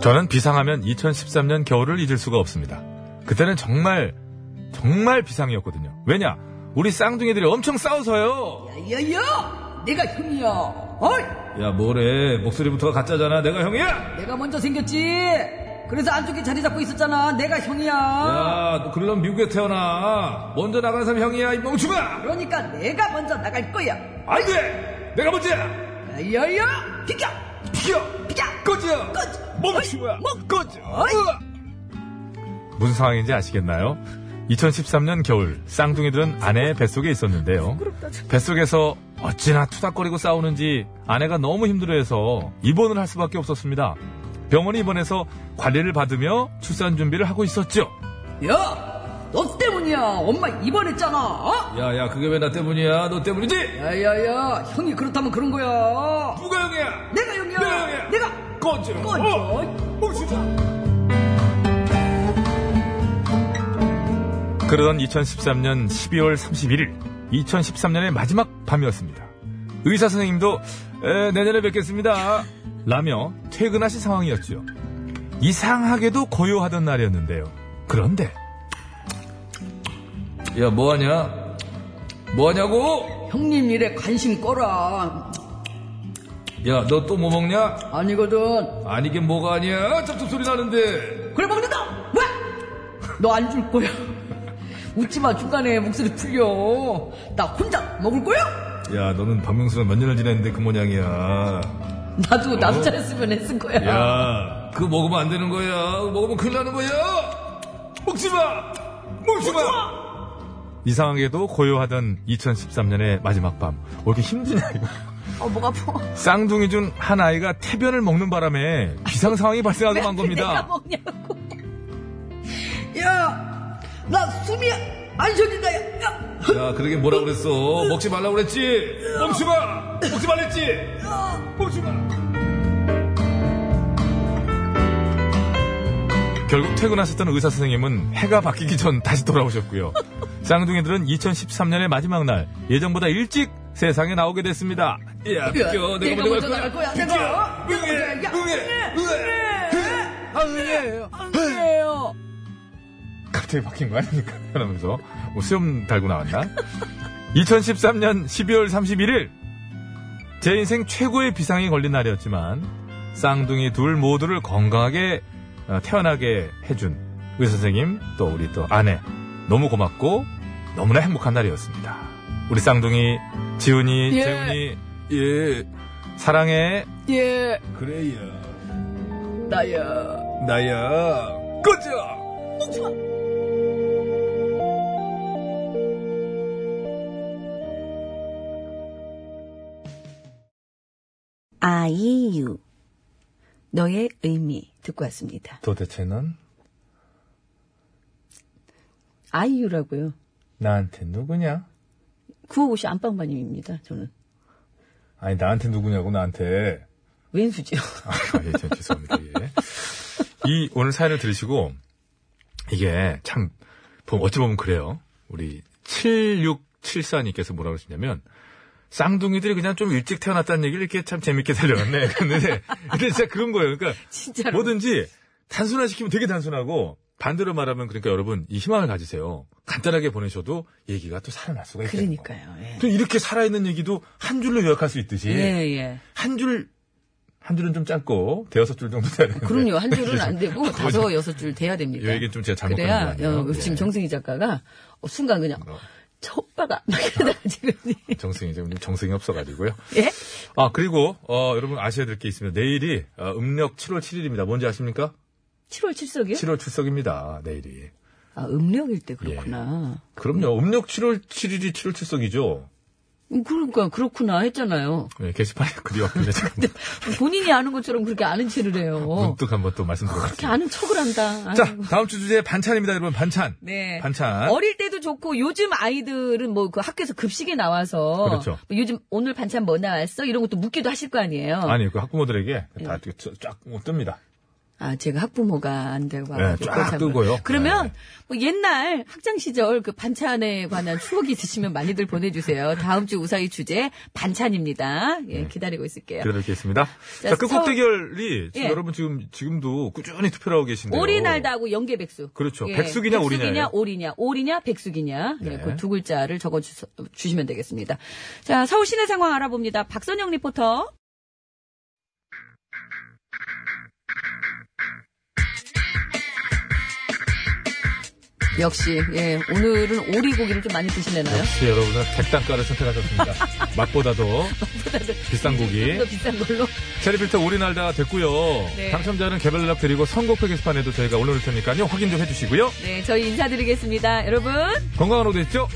[SPEAKER 1] 저는 비상하면 2013년 겨울을 잊을 수가 없습니다. 그때는 정말 정말 비상이었거든요. 왜냐? 우리 쌍둥이들이 엄청 싸워서요.
[SPEAKER 4] 야야! 내가 형이야. 어이!
[SPEAKER 1] 야, 뭐래. 목소리부터가 가짜잖아. 내가 형이야.
[SPEAKER 4] 내가 먼저 생겼지. 그래서 안쪽에 자리 잡고 있었잖아. 내가 형이야.
[SPEAKER 1] 야, 너 그럼 미국에 태어나. 먼저 나가는 사람 형이야. 이 멍충아.
[SPEAKER 4] 그러니까 내가 먼저 나갈 거야.
[SPEAKER 1] 안 돼. 내가 먼저야.
[SPEAKER 4] 야야! 비켜!
[SPEAKER 1] 튀어!
[SPEAKER 4] 비켜!
[SPEAKER 1] 꺼져!
[SPEAKER 4] 꺼져!
[SPEAKER 1] 멈추어!
[SPEAKER 4] 어이,
[SPEAKER 1] 꺼져! 으아! 무슨 상황인지 아시겠나요? 2013년 겨울 쌍둥이들은 아내의 뱃속에 있었는데요. 뱃속에서 어찌나 투닥거리고 싸우는지 아내가 너무 힘들어해서 입원을 할 수밖에 없었습니다. 병원에 입원해서 관리를 받으며 출산 준비를 하고 있었죠.
[SPEAKER 4] 야! 너 때문이야. 엄마 입원했잖아. 어?
[SPEAKER 1] 야야 그게 왜 나 때문이야? 너 때문이지?
[SPEAKER 4] 야야야! 형이 그렇다면 그런 거야.
[SPEAKER 1] 누가 형이야?
[SPEAKER 4] 내가 형이야.
[SPEAKER 1] 내가 형이야.
[SPEAKER 4] 내가
[SPEAKER 1] 꺼져! 어!
[SPEAKER 4] 꺼져.
[SPEAKER 1] 그러던 2013년 12월 31일, 2013년의 마지막 밤이었습니다. 의사 선생님도 에, 내년에 뵙겠습니다. 라며 퇴근하신 상황이었죠. 이상하게도 고요하던 날이었는데요. 그런데 야 뭐하냐? 뭐하냐고?
[SPEAKER 4] 형님 일에 관심 꺼라.
[SPEAKER 1] 야 너 또 뭐 먹냐?
[SPEAKER 4] 아니거든.
[SPEAKER 1] 아니 이게 뭐가 아니야? 접촉 소리 나는데
[SPEAKER 4] 그래 먹는다. 왜? 너 안 줄 거야. 웃지 마, 중간에 목소리 풀려. 나 혼자 먹을 거야?
[SPEAKER 1] 야, 너는 박명수랑 몇 년을 지냈는데 그 모양이야.
[SPEAKER 4] 나도 남자였으면 했을 거야.
[SPEAKER 1] 야,
[SPEAKER 3] 그거 먹으면 안 되는 거야. 먹으면 큰일 나는 거야. 먹지 마. 먹지 마.
[SPEAKER 1] 이상하게도 고요하던 2013년의 마지막 밤. 왜 이렇게 힘드냐, 이거.
[SPEAKER 4] 어, 목 아파.
[SPEAKER 1] 쌍둥이 중 한 아이가 태변을 먹는 바람에 비상 상황이 발생하게
[SPEAKER 3] 네,
[SPEAKER 1] 한
[SPEAKER 4] 내가
[SPEAKER 1] 겁니다.
[SPEAKER 4] 먹냐고. 야, 나 숨이 안 쉬어진다, 야. 야.
[SPEAKER 3] 야, 그러게 뭐라 그랬어. 먹지 말라고 그랬지. 먹지 마. 먹지 말랬지. 먹지 마.
[SPEAKER 1] 결국 퇴근하셨던 의사 선생님은 해가 바뀌기 전 다시 돌아오셨고요. 쌍둥이들은 2013년의 마지막 날 예정보다 일찍 세상에 나오게 됐습니다. 예,
[SPEAKER 3] 야, 비켜. 내가 먼저 갈
[SPEAKER 4] 거야,
[SPEAKER 3] 거야. 비켜.
[SPEAKER 4] 내가.
[SPEAKER 3] 응해. 응해. 응해. 아, 응해.
[SPEAKER 4] 그래요.
[SPEAKER 1] 갑자기 바뀐 거 아닙니까? 그러면서 뭐 수염 달고 나왔나? 2013년 12월 31일 제 인생 최고의 비상이 걸린 날이었지만 쌍둥이 둘 모두를 건강하게 어, 태어나게 해준 의사 선생님 또 우리 또 아내 너무 고맙고 너무나 행복한 날이었습니다. 우리 쌍둥이 지훈이
[SPEAKER 4] 예.
[SPEAKER 1] 재훈이 예 사랑해
[SPEAKER 4] 예,
[SPEAKER 3] 그래야.
[SPEAKER 4] 나야.
[SPEAKER 3] 나야. 꺼져.
[SPEAKER 4] 아이유. 너의 의미 듣고 왔습니다.
[SPEAKER 1] 도대체 넌
[SPEAKER 4] 아이유라고요.
[SPEAKER 1] 나한테 누구냐?
[SPEAKER 4] 955씨 안방마님입니다, 저는.
[SPEAKER 1] 아니 나한테 누구냐고 나한테
[SPEAKER 4] 왼수죠.
[SPEAKER 1] 아, 예, 참 죄송합니다. 예. 이 오늘 사연을 들으시고 이게 참 보- 어찌 보면 그래요. 우리 7674님께서 뭐라고 하시냐면 쌍둥이들이 그냥 좀 일찍 태어났다는 얘기를 이렇게 참 재밌게 들려갔네. 근데, 근데 진짜 그런 거예요. 그러니까
[SPEAKER 4] 진짜로.
[SPEAKER 1] 뭐든지 단순화시키면 되게 단순하고 반대로 말하면 그러니까 여러분 이 희망을 가지세요. 간단하게 보내셔도 얘기가 또 살아날 수가 있다는 거.
[SPEAKER 4] 그러니까요, 예.
[SPEAKER 1] 또 이렇게 살아있는 얘기도 한 줄로 요약할 수 있듯이
[SPEAKER 4] 예, 예.
[SPEAKER 1] 한 줄, 한 줄은 좀 짧고, 대여섯 줄 정도 돼야 되는데.
[SPEAKER 4] 그럼요, 한 줄은 안 되고
[SPEAKER 1] 그죠.
[SPEAKER 4] 다섯, 여섯 줄 돼야
[SPEAKER 1] 이
[SPEAKER 4] 됩니다.
[SPEAKER 1] 얘기는 좀 제가 잘못
[SPEAKER 4] 그래야
[SPEAKER 1] 본거 아니에요?
[SPEAKER 4] 어, 지금
[SPEAKER 1] 예.
[SPEAKER 4] 정승희 작가가 어, 순간 그냥
[SPEAKER 1] 어.
[SPEAKER 4] 저 오빠가 막 이러다가 지금
[SPEAKER 1] 정승이, 지금 정승이 없어가지고요.
[SPEAKER 4] 예?
[SPEAKER 1] 아, 그리고, 어, 여러분 아셔야 될 게 있습니다. 내일이, 어, 음력 7월 7일입니다. 뭔지 아십니까?
[SPEAKER 4] 7월 칠석이요?
[SPEAKER 1] 7월 출석입니다. 내일이.
[SPEAKER 4] 아 음력일 때 그렇구나.
[SPEAKER 1] 그럼요. 음력 7월 7일이 7월 출석이죠.
[SPEAKER 4] 음, 그러니까 그렇구나 했잖아요.
[SPEAKER 1] 예, 게시판에 그리 왔길래 제가
[SPEAKER 4] 본인이 아는 것처럼 그렇게 아는 체를 해요.
[SPEAKER 1] 문득 한번 또 말씀드려볼게요.
[SPEAKER 4] 어. 그렇게 아는 척을 한다. 아유.
[SPEAKER 1] 자, 다음 주 주제 반찬입니다, 여러분. 반찬.
[SPEAKER 4] 네.
[SPEAKER 1] 반찬.
[SPEAKER 4] 어릴 때도 좋고 요즘 아이들은 뭐 그 학교에서 급식에 나와서
[SPEAKER 1] 그렇죠.
[SPEAKER 4] 뭐 요즘 오늘 반찬 뭐 나왔어 이런 것도 묻기도 하실 거 아니에요.
[SPEAKER 1] 아니, 그 학부모들에게
[SPEAKER 4] 네.
[SPEAKER 1] 다 이렇게 쫙, 쫙 뜹니다.
[SPEAKER 4] 아, 제가 학부모가 안 되고.
[SPEAKER 1] 네,
[SPEAKER 4] 와가지고
[SPEAKER 1] 쫙
[SPEAKER 4] 그걸 잘
[SPEAKER 1] 뜨고요.
[SPEAKER 4] 몰라요. 그러면
[SPEAKER 1] 네.
[SPEAKER 4] 뭐 옛날 학창 시절 그 반찬에 관한 추억이 있으시면 많이들 보내주세요. 다음 주 우사의 주제 반찬입니다.
[SPEAKER 1] 네.
[SPEAKER 4] 예, 기다리고 있을게요.
[SPEAKER 1] 기다리겠습니다. 자,
[SPEAKER 4] 자,
[SPEAKER 1] 끝곡
[SPEAKER 4] 서울-
[SPEAKER 1] 대결이 지금
[SPEAKER 4] 예.
[SPEAKER 1] 여러분 지금 지금도 꾸준히 투표를 하고 계신데요.
[SPEAKER 4] 오리날다하고 연계백수.
[SPEAKER 1] 그렇죠. 백숙이냐 오리냐예요.
[SPEAKER 4] 오리냐, 오리냐, 백숙이냐.
[SPEAKER 1] 네.
[SPEAKER 4] 그 두 글자를 적어 주시면 되겠습니다. 자, 서울 시내 상황 알아봅니다. 박선영 리포터. 역시 예 오늘은 오리 고기를 좀 많이 드시려나요?
[SPEAKER 1] 역시 여러분은 백단가를 선택하셨습니다. 맛보다도 비싼 고기.
[SPEAKER 4] 더 비싼 걸로.
[SPEAKER 1] 체리필터 오리날다 됐고요.
[SPEAKER 4] 네.
[SPEAKER 1] 당첨자는 개별 연락 드리고 선곡표 게시판에도 저희가 올려놓을 테니까요. 확인 좀 해주시고요.
[SPEAKER 4] 네 저희 인사드리겠습니다. 여러분
[SPEAKER 1] 건강한 오후 되십시오.